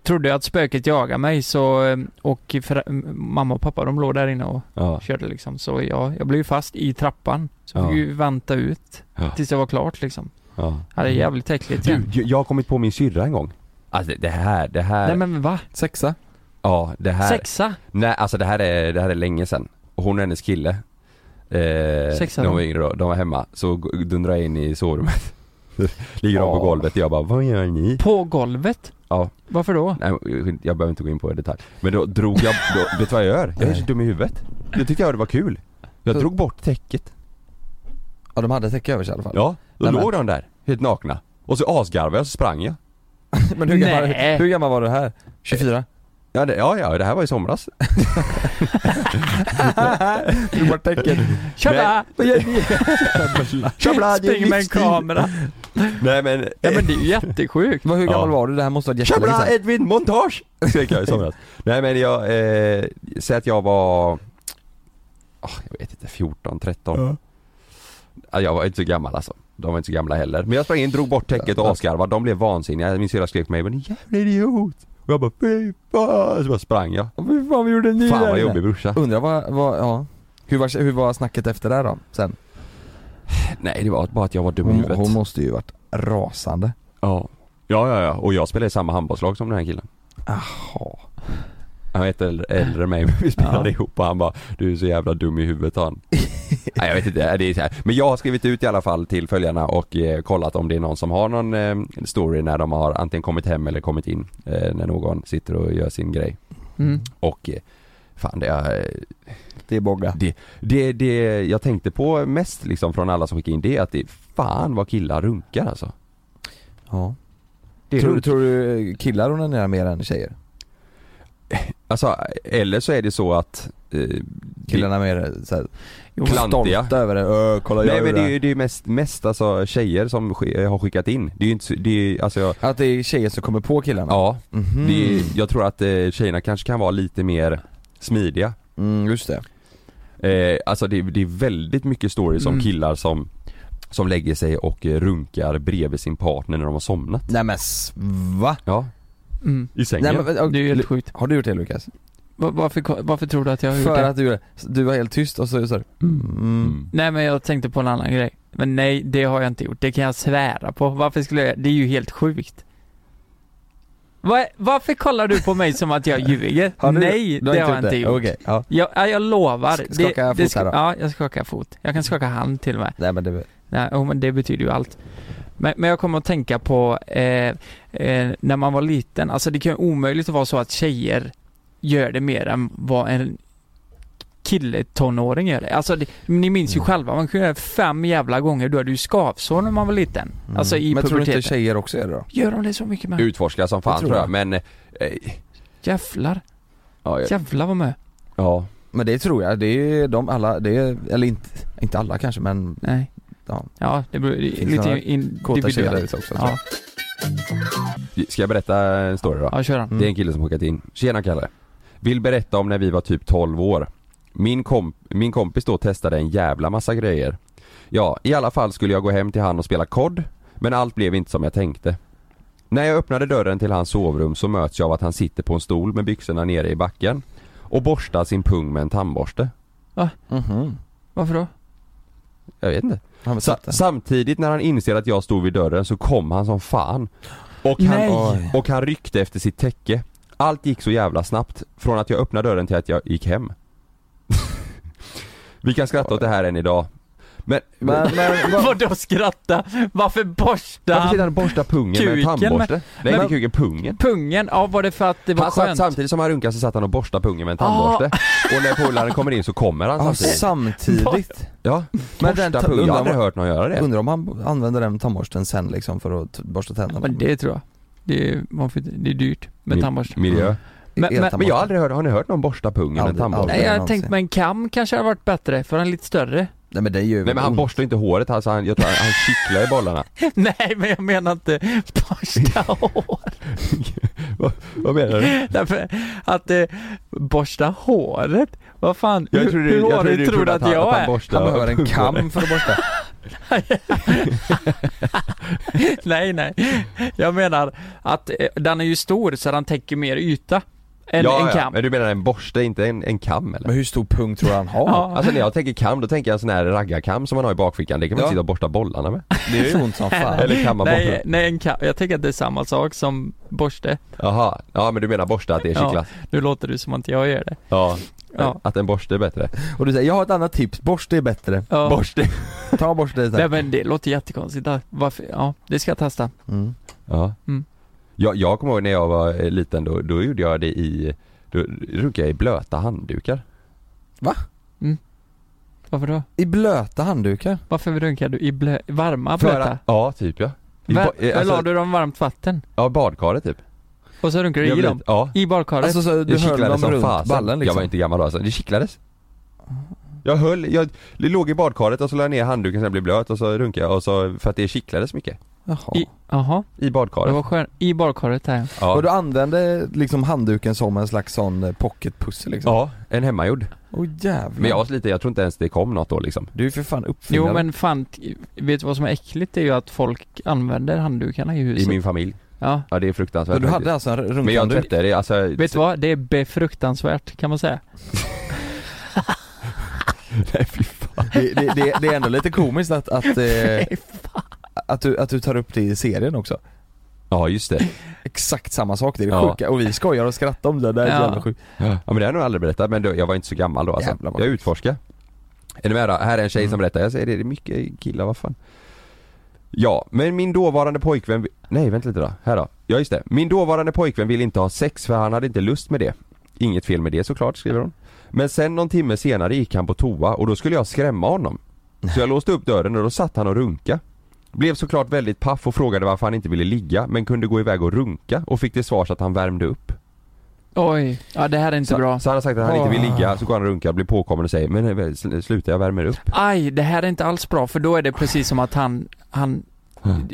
S1: trodde jag att spöket jagade mig. Så, eh, och för, mamma och pappa de låg där inne och
S4: Ja.
S1: körde liksom. Så jag, jag blev ju fast i trappan. Så
S4: Ja.
S1: fick ju vänta ut
S4: Ja.
S1: tills det var klart liksom.
S4: ja.
S1: Ja, det är jävligt äckligt
S4: Du,
S1: igen.
S4: jag- jag har kommit på min syrra en gång. Alltså det- det här, det här,
S1: Nej men va?
S2: Sexa?
S4: ja det här.
S1: Sexa?
S4: Nej alltså det här är, det här är länge sedan. Och hon och hennes kille. Eh,
S1: Sex av
S4: när hon
S1: dem.
S4: var yngre då, de var hemma. Så g- dundrade jag in i sovrummet. Ligger de på
S2: Ja.
S4: golvet och jag bara, vad gör ni?
S1: På golvet?
S4: Ja.
S1: Varför då?
S4: Nej, jag behöver inte gå in på det i detalj. Men då drog jag, då, vet du vad jag gör? Jag är så dum i huvudet. Jag tyckte jag det var kul. Jag
S2: Så-
S4: drog bort täcket.
S2: Ja de hade täcke över sig i alla fall.
S4: Ja, då
S2: Nej, men-
S4: låg de där, helt nakna. Och så asgarvade jag, så sprang jag.
S2: Men hur gammal,
S1: Nej.
S2: hur gammal var du här? 24?
S4: Ja, det, ja, ja, det här var i somras.
S2: Du var täcket.
S1: Tjabla!
S4: Tjabla, det är
S1: Spring med en
S4: livsstil.
S1: kamera!
S4: Nej men,
S1: Ja men det är ju jättesjukt!
S2: Vad, hur gammal
S4: Ja.
S2: var du? Det här måste ha varit jättelänge
S4: Tjabla
S2: sedan.
S4: Edvin Montage! Skrek jag i somras. Nej men jag, eh, säg att jag var, ah, jag vet inte, 14, 13. Ja. Jag var inte så gammal alltså. De var inte så gamla heller. Men jag sprang in, drog bort täcket och asgarvade. De blev vansinniga. Min syrra skrek på mig 'Men din jävla idiot' Och jag bara 'Fy fan' Så bara sprang jag.
S2: Fy fan vad gjorde ni
S4: Fan
S2: där
S4: vad
S2: inne?
S4: jobbig brorsa.
S2: Undrar vad, vad ja. Hur var, hur var snacket efter det här då? Sen?
S4: Nej det var bara att jag var dum i
S2: Hon,
S4: huvudet.
S2: hon måste ju varit rasande.
S4: Ja. ja, ja, ja. Och jag spelade i samma handbollslag som den här killen.
S2: Jaha.
S4: Han var ett äldre, äldre än mig, men vi spelade ihop och han bara Du är så jävla dum i huvudet han Nej jag vet inte, det är så här. Men jag har skrivit ut i alla fall till följarna och eh, kollat om det är någon som har någon eh, story när de har antingen kommit hem eller kommit in eh, När någon sitter och gör sin grej
S1: Mm.
S4: Och eh, fan det är, eh,
S2: Det är många.
S4: det, det, det jag tänkte på mest liksom från alla som skickade in det är att det Fan vad killar runkar alltså
S2: Ja.
S4: det är
S2: Tror,
S4: runt-
S2: tror du killar onanerar mer än tjejer?
S4: Alltså, eller så är det så att eh, det-
S2: Killarna är mer såhär
S1: Jo,
S4: Klantiga.
S2: stolta över det. Öh, kolla jag
S4: Nej men det är
S2: ju...
S4: ju det är ju mest, mest alltså tjejer som sk- har skickat in. Det är ju inte, så- det är, ju- alltså jag, Mm.
S2: Att det är tjejer som kommer på killarna?
S4: ja.
S2: Mhm.
S4: Det är, jag tror att eh, tjejerna kanske kan vara lite mer smidiga.
S2: Mm, just det.
S4: Eh, alltså det, det är väldigt mycket stories om
S1: Mm.
S4: killar som, som lägger sig och eh, runkar bredvid sin partner när de har somnat.
S2: Nej men s- va?
S4: Ja,
S1: Mm.
S4: i
S2: Nej,
S4: sängen.
S2: men, och,
S1: Det är ju helt sjukt.
S2: har du gjort det Lukas?
S1: Va- Varför, varför tror du att jag har gjort
S2: För
S1: det?
S2: att du, du var helt tyst och så sa du mm.
S4: Mm.
S1: Nej men jag tänkte på en annan grej. Men nej, det har jag inte gjort. Det kan jag svära på. Varför skulle jag Det är ju helt sjukt. Va, varför kollar du på mig som att jag ljuger?
S2: Har du-
S1: nej,
S2: du har
S1: det har jag
S2: gjort
S1: inte gjort.
S2: Okej, ja.
S1: Jag, ja, jag lovar.
S2: Sk- skaka
S1: det,
S2: fot
S1: det
S2: här då.
S1: Ja, jag skakar fot. Jag kan skaka hand till och med.
S2: Nej men det, mm.
S1: Nej, jo, men det betyder ju allt. Men, men jag kommer att tänka på eh, eh, när man var liten. Alltså det kan ju omöjligt att vara så att tjejer gör det mer än vad en kille tonåring gör det. Alltså det, ni minns ju själva, man kunde göra det fem jävla gånger. Då hade du skavsår när man var liten.
S2: mm.
S1: Alltså i
S2: Men tror du
S1: puberteten.
S2: inte tjejer också gör det då?
S1: Gör de det så mycket med?
S4: Utforska som fan
S2: Det tror
S4: tror jag,
S2: jag.
S4: men... Eh,
S1: Jävlar.
S4: ja, jag-
S1: Jävlar vad med.
S4: ja.
S2: Men det tror jag, det är de alla, det är, eller inte, inte alla kanske men
S1: Nej.
S2: Ja.
S1: Ja, det beror det är
S2: Finns
S1: lite
S2: några kåta tjejer där
S1: individuellt.
S2: ute också tror jag.
S1: Ja,
S4: Ska jag berätta en story då?
S1: ja, kör han.
S2: Mm.
S4: Det är en kille som skickat in. Tjena Kalle. Vill berätta om när vi var typ 12 år. Min, komp- min kompis då testade en jävla massa grejer. Ja, i alla fall skulle jag gå hem till han och spela kod. Men allt blev inte som jag tänkte. När jag öppnade dörren till hans sovrum så möts jag av att han sitter på en stol med byxorna nere i backen. Och borstar sin pung med en tandborste.
S2: Mhm.
S1: Varför då?
S4: Jag vet inte.
S2: Han var
S4: Sa-
S2: satt där.
S4: samtidigt när han inser att jag stod vid dörren så kom han som fan. Och
S1: Nej.
S4: han, och han ryckte efter sitt täcke. Allt gick så jävla snabbt. Från att jag öppnade dörren till att jag gick hem. Vi kan skratta åt det här än idag. Men, men
S2: Men, men, vad-
S1: Vadå skratta? Varför borsta
S4: varför sitter
S1: han?
S4: han och borstar pungen med en
S1: Kuken,
S4: tandborste?
S1: men-
S4: Nej inte kuken, pungen.
S1: Pungen? Ja, var det för att det var
S4: Han satt,
S1: skönt? Ah.
S4: samtidigt som han runkade så satt han och borstade pungen med en tandborste. Och när polaren kommer in så kommer han
S2: ja,
S4: samtidigt.
S2: samtidigt.
S4: Ja,
S2: Men den
S4: borsta
S2: ta-
S4: pungen. Jag har aldrig
S2: undrar-
S4: hört någon göra det.
S2: Undrar om han använder den tandborsten sen liksom för att t- borsta tänderna?
S1: Men det tror jag. Det är, man får, inte- det är dyrt med
S4: Mil-
S1: tandborste.
S4: Miljö.
S2: E-,
S1: men- men-
S4: Men jag har aldrig hört, har ni hört någon borsta pungen med en
S2: Aldrig, aldrig.
S4: tandborste?
S1: Nej, jag har
S2: någonsin.
S1: tänkt mig en kam kanske hade varit bättre, för den är lite större.
S2: Nej men det är ju
S4: Nej men han
S2: ont.
S4: borstar ju inte håret, alltså han, jag tror han, han kittlar i bollarna.
S1: Nej, men jag menar inte borsta hår.
S4: Vad menar du?
S1: Därför att eh, borsta håret? Vad fan, hur, hur hårig tror du att, jag är?
S2: Han behöver en kam för att borsta.
S1: Nej, nej. Jag menar att eh, den är ju stor så den täcker mer yta än
S4: ja,
S1: en
S4: Ja,
S1: kam.
S4: men du menar en borste, inte en, en kam eller?
S2: Men hur stor pung tror du han har?
S1: Ja.
S4: Alltså när jag tänker kam, då tänker jag en sån här raggarkam som man har i bakfickan, det kan man
S2: Ja.
S4: sitta och borsta bollarna med.
S2: Det är ju ont som fan.
S4: Eller kamma
S1: Nej,
S4: bort
S1: nej, en kam. Jag tänker att det är samma sak som borste.
S4: Jaha, ja men du menar borsta, att det är
S1: Ja.
S4: kittlat?
S1: Nu låter det som att jag gör det.
S4: Ja.
S1: Ja.
S4: Att en borste är bättre.
S2: Och du säger, jag har ett annat tips, borste är bättre.
S1: Ja.
S4: Borste!
S2: Ta borste istället.
S1: Nej men det låter jättekonstigt. där. Varför? Ja, det ska jag testa.
S2: Mm.
S4: Ja.
S1: Mm.
S4: Jag, jag kommer ihåg när jag var eh, liten då, då gjorde jag det i, då runkade jag i blöta handdukar.
S1: Varför då?
S2: I blöta handdukar?
S1: Varför runkar du i blö... varma
S4: För
S1: blöta?
S4: att- Ja, typ ja. I
S1: Var,
S4: ba-
S1: var
S4: eh,
S1: la
S4: alltså,
S1: du dem i varmt vatten?
S4: ja, badkaret typ.
S1: Och så runkar du
S4: Jag
S1: i
S4: blev-
S1: dem?
S4: Ja.
S1: I badkaret?
S2: Alltså så du
S4: det
S2: höll
S4: kittlade
S2: dem
S4: som
S2: runt
S4: fasen.
S2: ballen
S4: Jag
S2: liksom?
S4: var inte gammal då alltså, det kittlades Jag höll, jag låg i badkaret och så la jag ner handduken så jag blev blöt och så runkade jag och så, för att det kittlades mycket
S2: Jaha.
S1: I, jaha,
S4: I
S1: det
S4: badkaret
S1: var skön. I badkaret här
S4: ja.
S2: Och du använde liksom handduken som en slags sån eh, pocketpussel liksom?
S4: ja, en hemmagjord
S2: Åh jävlar.
S4: Men jag var så liten, jag tror inte ens det kom något då liksom
S2: Du är ju för fan uppfinnare.
S1: Jo men fan, t- vet du vad som är äckligt? Det är ju att folk använder handdukarna i huset.
S4: I min familj
S1: Ja.
S4: Ja det är
S2: Men
S4: fruktansvärt
S2: du
S4: faktiskt.
S2: hade alltså en
S4: Men jag
S2: runkhandduk?
S4: tvättade det, alltså
S1: Vet du vad? Det är befruktansvärt kan man säga.
S4: Nej, fy fan.
S2: Det, det, det, det är ändå lite komiskt att, att, eh, att, du, att du tar upp det i serien också.
S4: Ja just det
S2: Exakt samma sak, det är det
S4: Ja.
S2: sjuka. Och vi skojar och skrattar om det, det där är
S1: Ja.
S2: jävla sjukt.
S4: Ja men det har jag nog aldrig berättat men då, jag var inte så gammal då alltså.
S2: Jävlar vad
S4: Jag
S2: sjukt.
S4: utforskade Är ni med då? Här är en tjej som berättar, jag säger det, det är mycket killar, vad fan Ja, men min dåvarande pojkvän, vi- nej vänta lite då, här då. Ja just det, min dåvarande pojkvän ville inte ha sex för han hade inte lust med det Inget fel med det såklart, skriver hon Men sen någon timme senare gick han på toa och då skulle jag skrämma honom Så jag låste upp dörren och då satt han och runka Blev såklart väldigt paff och frågade varför han inte ville ligga men kunde gå iväg och runka och fick till svars att han värmde upp
S1: Oj, ja det här är inte
S4: så,
S1: bra.
S4: Så han har sagt att han inte vill
S2: Åh.
S4: ligga, så går han och runkar, blir påkommen och säger men eh, sl- sluta jag värmer upp.
S1: Aj, det här är inte alls bra för då är det precis som att han, han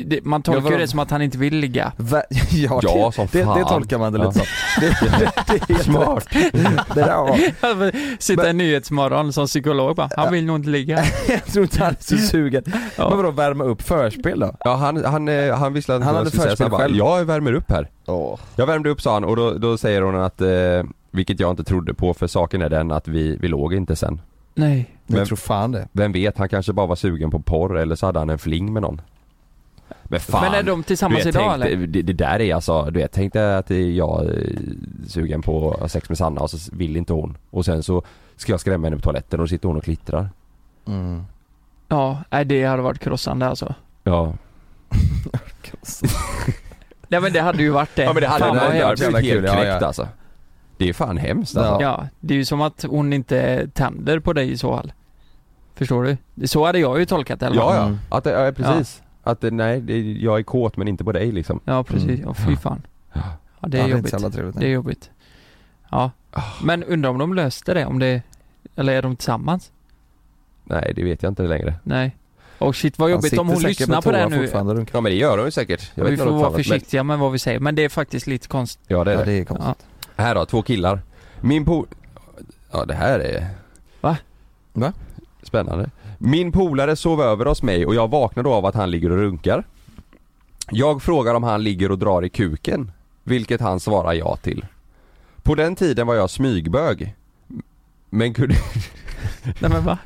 S1: det, man
S2: Ja,
S1: tolkar
S2: vadå?
S1: ju det som att han inte vill ligga.
S2: Va- ja,
S4: Ja, som
S2: det, det, det
S4: fan.
S2: tolkar man det lite
S4: Ja.
S2: som. Det, det, det är Smart.
S4: Smart!
S2: Det där var,
S1: Sitta i Nyhetsmorgon som psykolog bara, han vill nog inte ligga.
S2: jag tror inte han är så sugen.
S1: Ja.
S2: Men vadå värma upp förspel då?
S4: Ja han, han, eh, han visste att
S2: Han
S4: jag
S2: hade
S4: skulle säga så
S2: förspel
S4: han bara,
S2: själv.
S4: jag värmer upp här.
S2: Åh.
S4: Jag värmde upp sa han och då, då säger hon att, eh, vilket jag inte trodde på för saken är den att vi, vi låg inte sen.
S1: Nej.
S2: Men,
S4: Men-
S2: jag tror fan det.
S4: Vem vet, han kanske bara var sugen på porr eller så hade han en fling med någon. Men fan!
S1: Men är de
S4: du
S1: tillsammans
S4: vet,
S1: idag
S4: tänk,
S1: eller?
S4: det, det där är alltså, du vet, tänk dig att jag är sugen på att ha sex med Sanna och så vill inte hon. Och sen så ska jag skrämma henne på toaletten och då sitter hon och klittrar.
S2: Mm.
S1: Ja, nej, det hade varit krossande alltså.
S4: Ja.
S1: Nej men det hade ju varit det.
S4: Ja men det hade
S1: Fan,
S4: det
S1: vad
S4: hade
S1: hemskt.
S4: varit
S2: jävla
S4: helt
S2: kul,
S4: knäckt
S2: ja, ja.
S4: alltså. Det är fan hemskt
S2: Ja.
S4: alltså.
S1: Ja, det är ju som att hon inte tänder på dig i så fall. Förstår du? Det- Så hade jag ju tolkat det i alla fall.
S4: Ja, ja.
S2: Mm.
S4: Att, det- ja precis. Att det- nej, det, jag är kåt men inte på dig liksom.
S1: Ja, precis. Ja, fy fan. Ja, det är
S2: ja, inte
S1: jobbigt.
S2: så jävla trevligt.
S1: Det är jobbigt. Ja. Men undrar om de löste det? Om det... Eller är de tillsammans?
S4: Nej, det vet jag inte längre.
S1: Nej. Och shit vad
S2: Han
S1: jobbigt om
S2: sitter
S1: hon
S2: säkert
S1: lyssnar på
S2: toa
S1: det här nu.
S2: fortfarande och runkar.
S4: Ja men det gör de ju säkert. Jag vet
S1: Vi
S4: inte
S1: får
S4: något
S1: vara
S4: annat, men-
S1: försiktiga med vad vi säger. Men det är faktiskt lite konstigt.
S4: Ja det är
S2: Ja,
S4: det.
S2: det är konstigt.
S1: Ja.
S4: Här då, två killar. Min po... Ja det här är...
S1: Va?
S2: Va?
S4: Spännande. Min polare sov över hos mig och jag vaknar då av att han ligger och runkar. Jag frågar om han ligger och drar i kuken, vilket han svarar ja till. På den tiden var jag smygbög. Men kunde...
S1: Nej men va?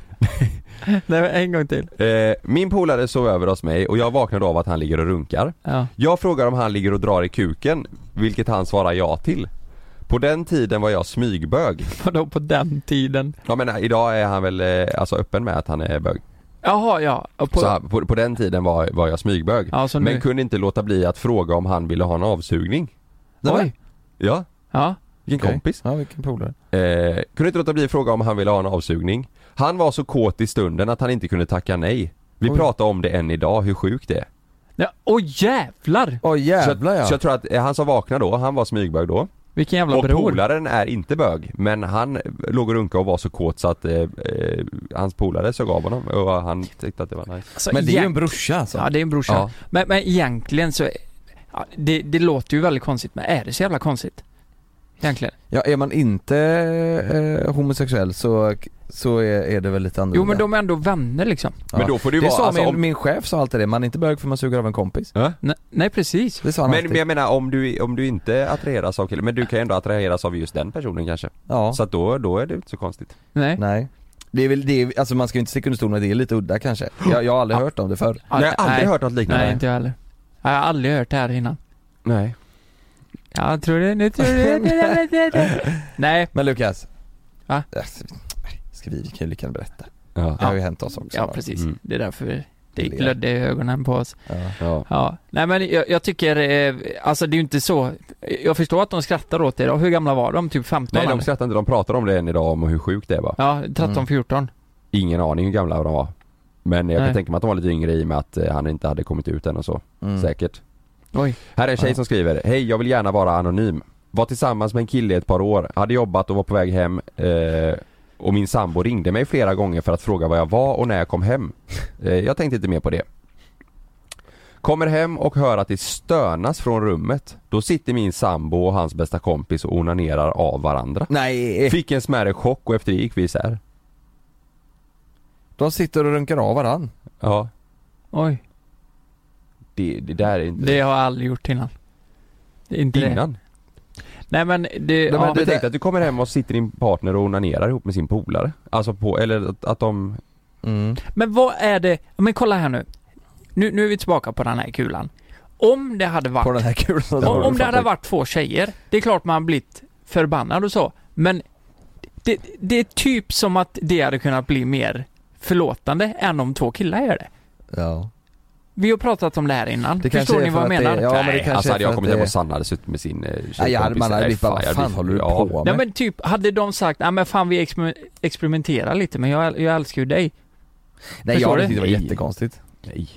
S1: Nej men en gång till.
S4: Eh, min polare sov över hos mig och jag vaknar då av att han ligger och runkar.
S1: Ja.
S4: Jag frågar om han ligger och drar i kuken, vilket han svarar ja till. På den tiden var jag smygbög.
S1: Vadå på den tiden?
S4: Ja men eh, idag är han väl eh, alltså öppen med att han är bög.
S1: Jaha ja. Och
S4: Så
S1: På...
S4: han, på, på den tiden var, var jag smygbög.
S1: Ja, så nu.
S4: men kunde inte låta bli att fråga om han ville ha en avsugning.
S1: Oj.
S4: Ja,
S1: Ja.
S4: vilken
S2: Okej.
S4: kompis.
S2: Ja, vilken polare.
S4: Eh, kunde inte låta bli att fråga om han ville ha en avsugning. Han var så kåt i stunden att han inte kunde tacka nej. Vi
S2: Oj.
S4: pratar om det än idag, hur sjukt det är.
S1: Ja, Åh jävlar!
S2: Åh jävlar
S4: så,
S2: ja.
S4: så jag tror att eh, han som vaknade då, han var smygbög då.
S1: Vilken jävla
S4: Och
S1: bror.
S4: polaren är inte bög, men han eh, låg och runkade och var så kåt så att eh, eh, hans polare såg av honom och han tyckte att det var nice.
S1: Alltså,
S2: Men det är ju en
S1: egent-
S2: brorsa alltså.
S1: Ja det är en brorsa.
S4: Ja.
S1: Men, men egentligen så, ja, det, det låter ju väldigt konstigt men är det så jävla konstigt? Egentligen.
S2: Ja, är man inte eh, homosexuell så, så är, är det väl lite annorlunda.
S1: Jo men de är ändå vänner liksom.
S2: Ja.
S4: Men då får det ju
S2: det
S4: vara,
S2: sa
S4: alltså,
S2: min,
S4: om,
S2: min chef sa alltid det, man är inte bög för man suger av en kompis.
S1: Nej, nej precis.
S2: Det sa han
S4: men, men
S2: alltid.
S4: jag menar om du, om du inte attraheras av killen, men du kan ju ändå attraheras av just den personen kanske.
S2: Ja,
S4: Så att då, då är det inte så konstigt.
S1: Nej.
S2: nej. Det är väl, det är, alltså man ska ju inte sticka under stol med att det är lite udda kanske. Jag, jag har aldrig hört om det förr.
S4: Nej, jag har aldrig
S1: nej.
S4: hört något liknande.
S1: Nej inte jag heller. Jag har aldrig hört det här innan.
S4: Nej.
S1: Ja, Jag tror det, nu tror det. Nej.
S2: Men Lukas,
S1: Va?
S2: Äh, Ska vi, vi kan ju lika gärna berätta.
S4: Ja.
S2: Det har ju hänt oss också.
S1: Ja, precis.
S4: Mm.
S1: Det är därför vi- det
S2: Det är-
S1: glödde i ögonen på oss.
S2: Ja.
S4: Ja.
S1: Ja, nej men jag, jag tycker, eh, alltså det är ju inte så, jag förstår att de skrattar åt det då. Hur gamla var de? Typ 15?
S4: Nej de
S1: eller?
S4: skrattar inte, de pratar om det än idag om hur sjukt det var.
S1: Ja, 13,
S2: Mm.
S1: 14.
S4: Ingen aning hur gamla de var. Men jag
S1: Nej.
S4: kan tänka mig att de var lite yngre i och med att eh, han inte hade kommit ut än och så.
S2: Mm.
S4: Säkert.
S1: Oj.
S4: Här är en tjej
S2: Ja.
S4: som skriver, hej jag vill gärna vara anonym. Var tillsammans med en kille i ett par år, hade jobbat och var på väg hem eh, och min sambo ringde mig flera gånger för att fråga var jag var och när jag kom hem. Eh, jag tänkte inte mer på det. Kommer hem och hör att det stönas från rummet. Då sitter min sambo och hans bästa kompis och onanerar av varandra.
S2: Nej!
S4: Fick en smärre chock och efter det gick vi isär.
S2: De sitter och runkar av varann.
S4: Ja,
S1: Oj.
S4: det, det där är inte...
S1: Det har jag aldrig gjort innan. Det är inte det.
S4: Innan?
S1: Nej men det,
S4: Ja,
S1: ja,
S4: men du tänkte att du kommer hem och sitter din partner och onanerar ihop med sin polare? Alltså på, eller att, att de...
S2: Mm.
S1: men vad är det, ja, men kolla här nu. nu. Nu är vi tillbaka på den här kulan. Om det hade varit
S2: På den här kulan.
S1: Om, om det hade varit två tjejer, det är klart man blivit förbannad och så, men det, det är typ som att det hade kunnat bli mer förlåtande än om två killar gör det.
S2: Ja.
S1: Vi har pratat om det här innan,
S2: Det kanske
S1: förstår
S2: är
S1: ni
S2: för
S1: vad jag
S2: att det-
S1: menar?
S2: ja, men det
S1: Nej.
S2: kanske
S4: alltså
S2: är
S4: hade
S2: för
S4: jag
S2: att
S4: kommit hem
S2: det-
S4: och Sanna hade suttit med sin eh,
S2: Nej, jag hade, man hade
S4: nej,
S2: blivit bara,
S4: jag
S2: vad
S4: hade
S2: fan
S4: blivit-
S2: håller du
S4: ja.
S2: på
S1: Nej
S2: med?
S1: men typ, hade de sagt nej men fan vi exper- experimenterar lite men jag, jag älskar ju dig.
S2: Nej
S1: förstår
S2: jag
S1: du?
S2: tyckte det var
S4: Nej.
S2: jättekonstigt.
S4: Nej.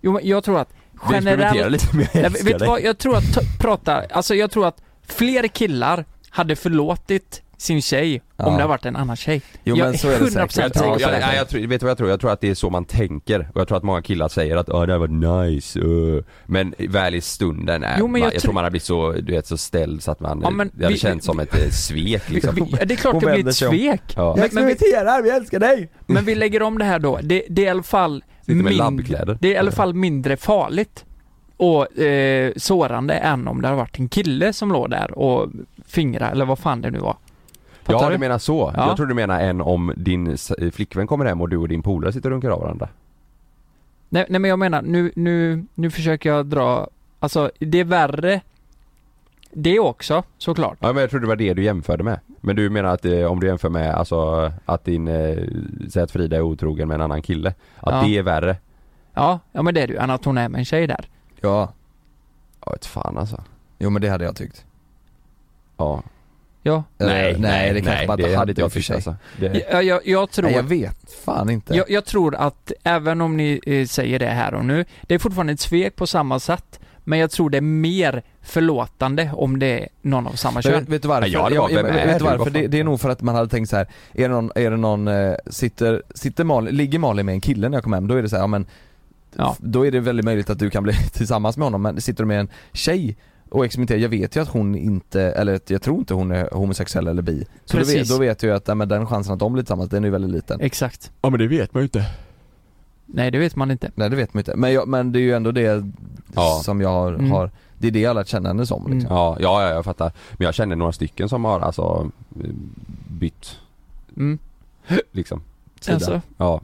S1: Jo men jag tror att
S4: Du experimenterar
S1: generellt...
S4: lite men jag
S1: Nej,
S4: älskar
S1: vet du
S4: dig.
S1: vad, jag tror att, ta- prata, alltså jag tror att fler killar hade förlåtit sin tjej
S2: Ja.
S1: om det hade varit en annan tjej.
S2: Jo
S1: Jag
S2: men
S1: är
S2: så är det
S1: 100%
S2: säkert.
S4: Jag tror,
S2: Ja,
S4: jag,
S2: så är det
S4: nej,
S2: säkert.
S4: jag tror, vet du vad jag tror? Jag tror att det är så man tänker och jag tror att många killar säger att "Åh, det här var nice, uh. Men väl i stunden, är
S1: Jo, men
S4: man,
S1: jag
S4: jag,
S1: tror-
S4: tror man har blivit så, du vet, så ställd så att man,
S1: Ja,
S4: ja,
S1: men
S4: det hade
S1: vi-
S4: känts som ett eh, svek liksom
S1: Ja, det är klart
S4: Hon
S1: det blir
S4: vänder
S1: ett
S4: sig om.
S1: svek.
S4: ja.
S2: Jag
S1: Men- men vi-
S2: experimenterar, vi älskar dig!
S1: Men vi lägger om det här då. Det, det är i alla fall
S4: Sitter med
S1: mind-
S4: labbkläder.
S1: Det är i alla fall mindre farligt och eh, sårande än om det hade varit en kille som låg där och fingrade eller vad fan det nu var. Fattar
S4: Ja
S1: du?
S4: du menar så.
S1: Ja.
S4: Jag tror du menar en om din s- flickvän kommer hem och du och din polare sitter och runkar av varandra.
S1: Nej, nej men jag menar, nu, nu, nu försöker jag dra, alltså det är värre det också såklart.
S4: Ja men jag tror det var det du jämförde med. Men du menar att eh, om du jämför med alltså att din, eh, säg att Frida är otrogen med en annan kille. Att
S1: Ja.
S4: det är värre.
S1: Ja, ja men det är du, än att hon är med en tjej där.
S2: Ja,
S4: Ja ett fan alltså.
S2: jo men det hade jag tyckt.
S4: Ja.
S1: Ja.
S2: Eller, Eh, nej, det kanske man inte
S4: det
S2: hade
S4: hade inte
S2: i och
S4: jag
S2: för
S4: tyckt
S2: sig.
S4: alltså. Det,
S1: Jag, jag, jag tror
S2: Nej jag vet fan inte.
S1: Jag, jag tror att även om ni eh, säger det här och nu, det är fortfarande ett svek på samma sätt. Men jag tror det är mer förlåtande om det är någon av samma
S2: Men vet,
S1: kön.
S2: vet du varför?
S4: Nej, ja, ja, vem är
S2: vet
S4: du?
S2: du varför?
S4: Vad fan?
S2: Det, det är nog för att man hade tänkt så här. är det någon, är det någon eh, sitter, sitter Malin, ligger Malin med en kille när jag kommer hem, då är det så här, ja men
S1: Ja.
S2: Då är det väldigt möjligt att du kan bli tillsammans med honom, men sitter du med en tjej och experimenterar, jag vet ju att hon inte, eller att jag tror inte hon är homosexuell eller bi. Så då vet,
S1: Precis.
S2: då vet jag ju att nej, men den chansen att de blir tillsammans, den är ju väldigt liten.
S1: Exakt.
S4: ja men det vet man ju inte.
S1: Nej, det vet man inte.
S2: Nej det vet man ju inte, men, jag, men det är ju ändå det
S4: Ja.
S2: som jag har,
S1: Mm.
S2: har, det är det jag har lärt känna henne som liksom.
S1: Mm.
S4: Ja, ja, ja jag fattar. Men jag känner några stycken som har alltså eh, bytt
S1: Mm.
S4: liksom. sida.
S1: Alltså,
S4: Ja.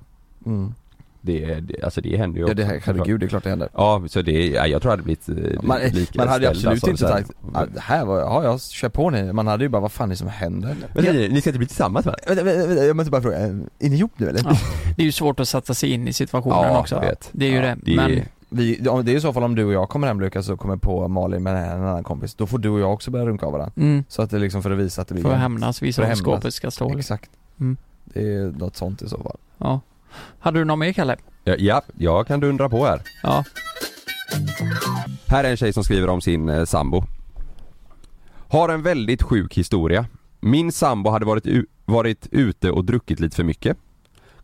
S2: Mm.
S4: Det, det, alltså det händer ju
S2: Ja det
S4: också,
S2: här, herregud det är klart det händer.
S4: Ja, så det, ja, jag tror det hade blivit eh,
S2: Man,
S4: lika
S2: man hade ju
S4: ställd,
S2: absolut
S4: alltså,
S2: inte
S4: så här.
S2: sagt, "Ah, det här var, ja jag kör på ni, man hade ju bara vad fan är det som händer?
S4: Men ni, ni ska inte bli tillsammans va?
S2: Vänta, vänta, vänta, Jag måste bara fråga, eh, är ni ihop nu eller?
S1: Ja. det är ju svårt att sätta sig in i situationen också.
S4: vet.
S1: Det är ju
S4: Ja,
S1: det. Men
S2: Vi, ja, det är i så fall om du och jag kommer hem Lukas och kommer på Malin med en annan kompis, då får du och jag också börja runka av varandra.
S1: mm,
S2: Så att det är liksom för att visa att det blir
S1: får hämnas,
S2: Får
S1: visa var
S2: hämnas.
S1: skåpet ska stå. liksom.
S2: Exakt.
S1: Mm.
S2: Det är något sånt i så fall.
S1: Ja. Hade du någon mer Kalle?
S4: ja, ja, jag kan dundra på här.
S1: Ja.
S4: Här är en tjej som skriver om sin eh, sambo. Har en väldigt sjuk historia. Min sambo hade varit, u- varit ute och druckit lite för mycket.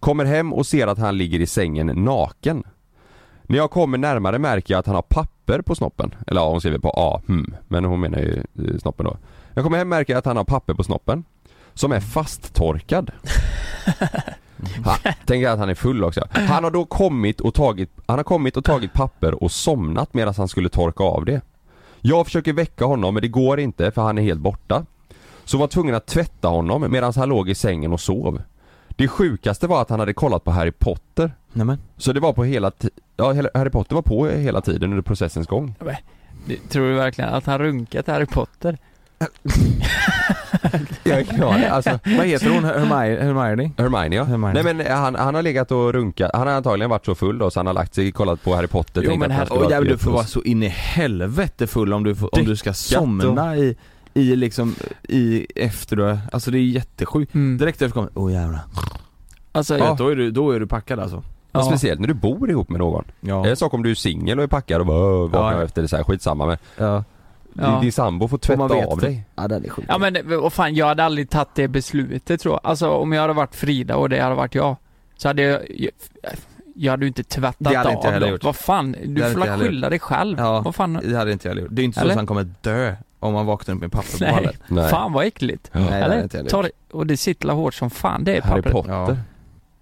S4: Kommer hem och ser att han ligger i sängen naken. När jag kommer närmare märker jag att han har papper på snoppen. Eller ja, hon skriver på A, hmm. Men hon menar ju eh, snoppen då. När jag kommer hem märker jag att han har papper på snoppen. Som är fasttorkad. Ha, tänk att han är full också. Han har då kommit och tagit, han har kommit och tagit papper och somnat medan han skulle torka av det. Jag försöker väcka honom men det går inte för han är helt borta. Så var tvungen att tvätta honom medan han låg i sängen och sov. Det sjukaste var att han hade kollat på Harry Potter.
S2: Nämen.
S4: Så det var på hela ti- ja hela- Harry Potter var på hela tiden under processens gång.
S1: Det- Tror du verkligen att han runkat Harry Potter?
S4: Jag är klar. Alltså,
S2: Vad heter hon? Hermi- Hermione?
S4: Hermione ja.
S2: Hermione.
S4: Nej men han, han har legat och runkat, han har antagligen varit så full då så han har lagt sig, kollat på Harry Potter
S1: Jo,
S4: tänkt
S1: men
S4: att
S1: här-
S4: han skulle ha ett
S2: du
S4: gött
S2: får vara
S4: oss.
S2: så in i helvete full om du, får, om du ska somna
S4: somna
S2: i, i liksom, i efter du, alltså det är jättesjukt.
S1: Mm.
S2: Direkt efter kommer, åh jävlar.
S1: Alltså,
S2: Ja.
S1: ja.
S2: Då, är du, då är du packad alltså.
S4: Och
S1: Ja.
S4: Speciellt när du bor ihop med någon. Det är
S2: Ja.
S4: en sak om du är singel och är packad och bara "Åh, vaknar
S2: Ja.
S4: efter det så här, skitsamma men
S2: ja.
S1: Ja.
S4: din, din sambo får
S2: man
S4: tvätta
S2: vet
S4: av
S2: det.
S4: dig.
S2: Ja den är sjuk.
S1: Ja men och fan jag hade aldrig tagit det beslutet tror jag. Alltså om jag hade varit Frida och det hade varit jag. Så hade jag, jag hade ju inte tvättat
S2: Det hade inte jag
S1: av
S2: heller
S1: dem.
S2: gjort.
S1: Vad fan,
S2: hade
S1: du får
S2: inte jag
S1: väl
S2: heller
S1: skylla dig själv.
S2: Ja.
S1: Vad fan,
S2: Det hade inte jag gjort. Det är inte så
S1: Eller?
S2: att han kommer dö om han vaknar upp med papper på
S1: Nej.
S2: ballen.
S4: Nej.
S1: fan vad äckligt.
S4: Ja.
S2: Nej, det hade inte jag
S1: Eller?
S2: gjort.
S1: Ta det, och det sittlar hårt som fan det är
S4: Harry
S1: pappret.
S4: Potter.
S2: Ja.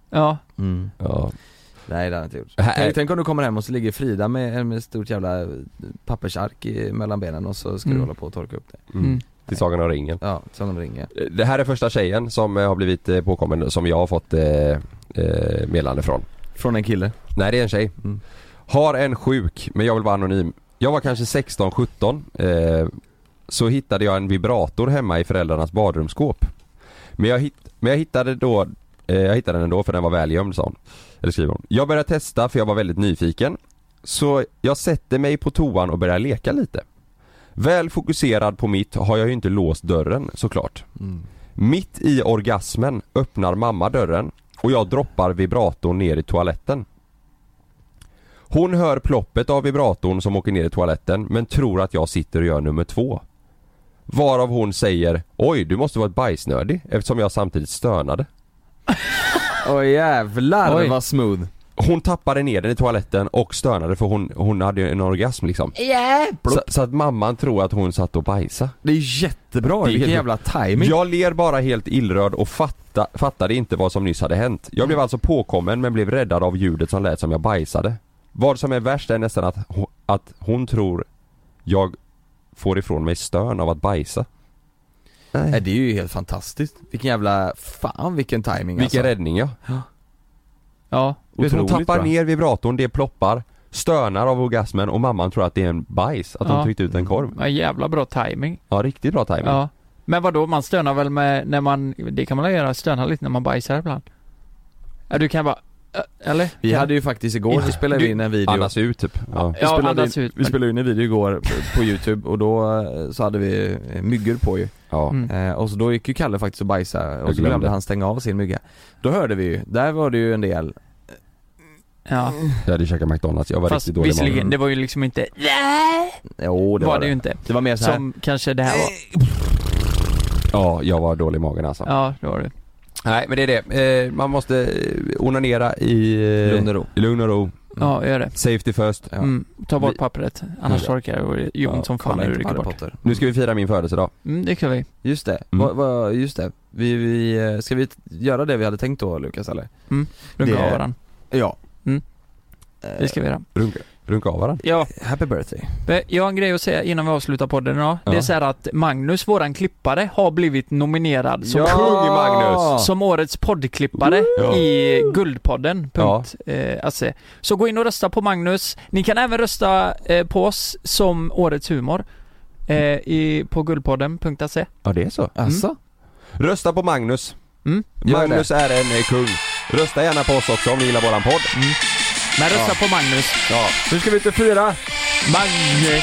S1: Ja.
S2: Mm.
S4: Ja.
S2: Nej det hade jag inte gjort.
S4: Här-
S2: Tänk, tänk om du kommer hem och så ligger Frida med, med ett stort jävla eh, pappersark i, mellan benen och så ska du
S1: Mm.
S2: hålla på och torka upp det.
S4: Mm.
S1: Mm.
S4: Till Sagan om ringen.
S2: Ja, som de ringer.
S4: Det här är första tjejen som eh, har blivit eh, påkommen som jag har fått eh, eh, meddelande från.
S2: Från en kille.
S4: Nej det är en tjej.
S2: Mm.
S4: Har en sjuk, men jag vill vara anonym. Jag var kanske 16-17 eh, Så hittade jag en vibrator hemma i föräldrarnas badrumsskåp. Men jag, hitt, men jag hittade då eh, Jag hittade den ändå för den var välgömd sa hon. Eller skriver hon. Jag började testa för jag var väldigt nyfiken. Så jag sätter mig på toan och börjar leka lite. Väl fokuserad på mitt har jag ju inte låst dörren såklart.
S2: Mm.
S4: Mitt i orgasmen öppnar mamma dörren och jag droppar vibratorn ner i toaletten. Hon hör ploppet av vibratorn som åker ner i toaletten men tror att jag sitter och gör nummer två. Varav hon säger Oj, du måste vara ett bajsnödig eftersom jag samtidigt stönade.
S2: Åh jävlar
S1: Oj.
S2: vad smooth.
S4: Hon tappade ner den i toaletten och stönade för hon, hon hade ju en orgasm liksom. Så, så att mamman tror att hon satt och bajsade.
S2: Det är jättebra,
S4: Det är
S2: vilken
S4: helt-
S2: jävla timing.
S4: Jag ler bara helt illrörd och fatta, fattade inte vad som nyss hade hänt. Jag blev alltså påkommen men blev räddad av ljudet som lät som jag bajsade. Vad som är värst är nästan att, ho- att hon tror jag får ifrån mig stön av att bajsa.
S2: Nej, det är ju helt fantastiskt. Vilken jälla, fan vilken timing
S4: Vilken
S2: alltså.
S4: räddning ja.
S1: Ja.
S4: Du vet, hon
S2: Otroligt
S4: tappar
S2: bra.
S4: ner vibratorn, det ploppar, stönar av orgasmen och mamman tror att det är en bajs, att hon
S1: Ja.
S4: tryckte ut en korv.
S1: ja, jävla bra timing.
S4: Ja, riktigt bra timing.
S1: Ja. Men vadå, man stönar väl med när man, det kan man väl göra, stöna lite när man bajsar ibland? Ja, du kan bara, äh, eller?
S2: Vi
S1: Kan-
S2: hade ju faktiskt igår, så spelade vi in en video.
S4: Andas ut typ. Ja.
S2: Vi
S1: Ja,
S2: spelade,
S1: andas
S2: in,
S1: ut.
S2: vi spelade in en video igår på- på youtube och då eh, så hade vi eh, myggor på ju
S4: Ja.
S1: Mm.
S2: eh, Och så då gick ju Kalle faktiskt och bajsade och så
S4: glömde.
S2: glömde han stänga av sin mygga Då hörde vi ju, där var det ju en del
S1: Ja.
S4: Jag hade käkat McDonalds, jag var
S1: Fast
S4: riktigt dålig i magen.
S1: visserligen, det var ju liksom inte,
S2: Jo
S1: det var det ju inte.
S2: Det var mer så Alltså, här.
S1: Som kanske det här var.
S4: Ja, jag var dålig i magen alltså.
S1: Ja, det var
S2: Mm.
S1: det.
S4: Nej men det är det. Eh, man måste eh, onanera i eh,
S2: Lugn och ro.
S4: i lugn och ro.
S1: Ja, gör det.
S4: Safety first.
S2: Ja. Mm.
S1: Mm, ta bort
S4: Vi-
S1: pappret, annars
S4: Ja.
S1: torkar det och det gör ont som fan
S2: kolla
S1: när du
S2: inte på
S1: rycker
S2: Harry
S1: bort.
S2: Potter.
S4: Nu ska vi fira min födelsedag.
S1: Mm, det kan vi.
S2: Just det,
S4: Mm.
S2: vad, vad, just det. Vi, vi, eh, ska vi t- göra det vi hade tänkt då Lukas eller?
S1: Runka
S2: Det-
S1: av varandra.
S2: Ja
S1: Mm.
S2: Eh,
S1: Det ska vi göra.
S4: Runka, runka av varandra.
S1: Ja,
S2: Happy birthday
S1: Men Jag har en grej att säga innan vi avslutar podden idag. Det
S4: Ja.
S1: är så här att Magnus, våran klippare, har blivit nominerad som,
S4: Kung Magnus!
S1: som årets poddklippare i guldpodden.se. Så gå in och rösta på Magnus. Ni kan även rösta eh, på oss som årets humor eh, i, på guldpodden.se.
S4: Ja det är så.
S2: Asså?
S4: Rösta på Magnus.
S1: Mm.
S2: Gör
S4: Magnus är en eh, kung. Rösta gärna på oss också om ni gillar våran podd.
S1: Men rösta på Magnus.
S4: Ja.
S2: Nu ska vi ut och fira!
S1: Magne,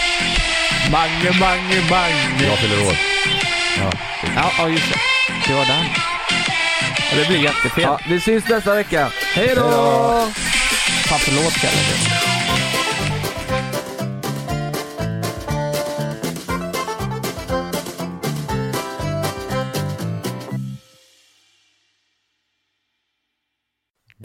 S1: Magne, Magne, Magne.
S4: Jag fyller år.
S1: Ja, ja just det. Det var den. Ja, Det blir jättefel.
S2: Ja, vi syns nästa vecka!
S1: Hej då! Fan förlåt Kalle.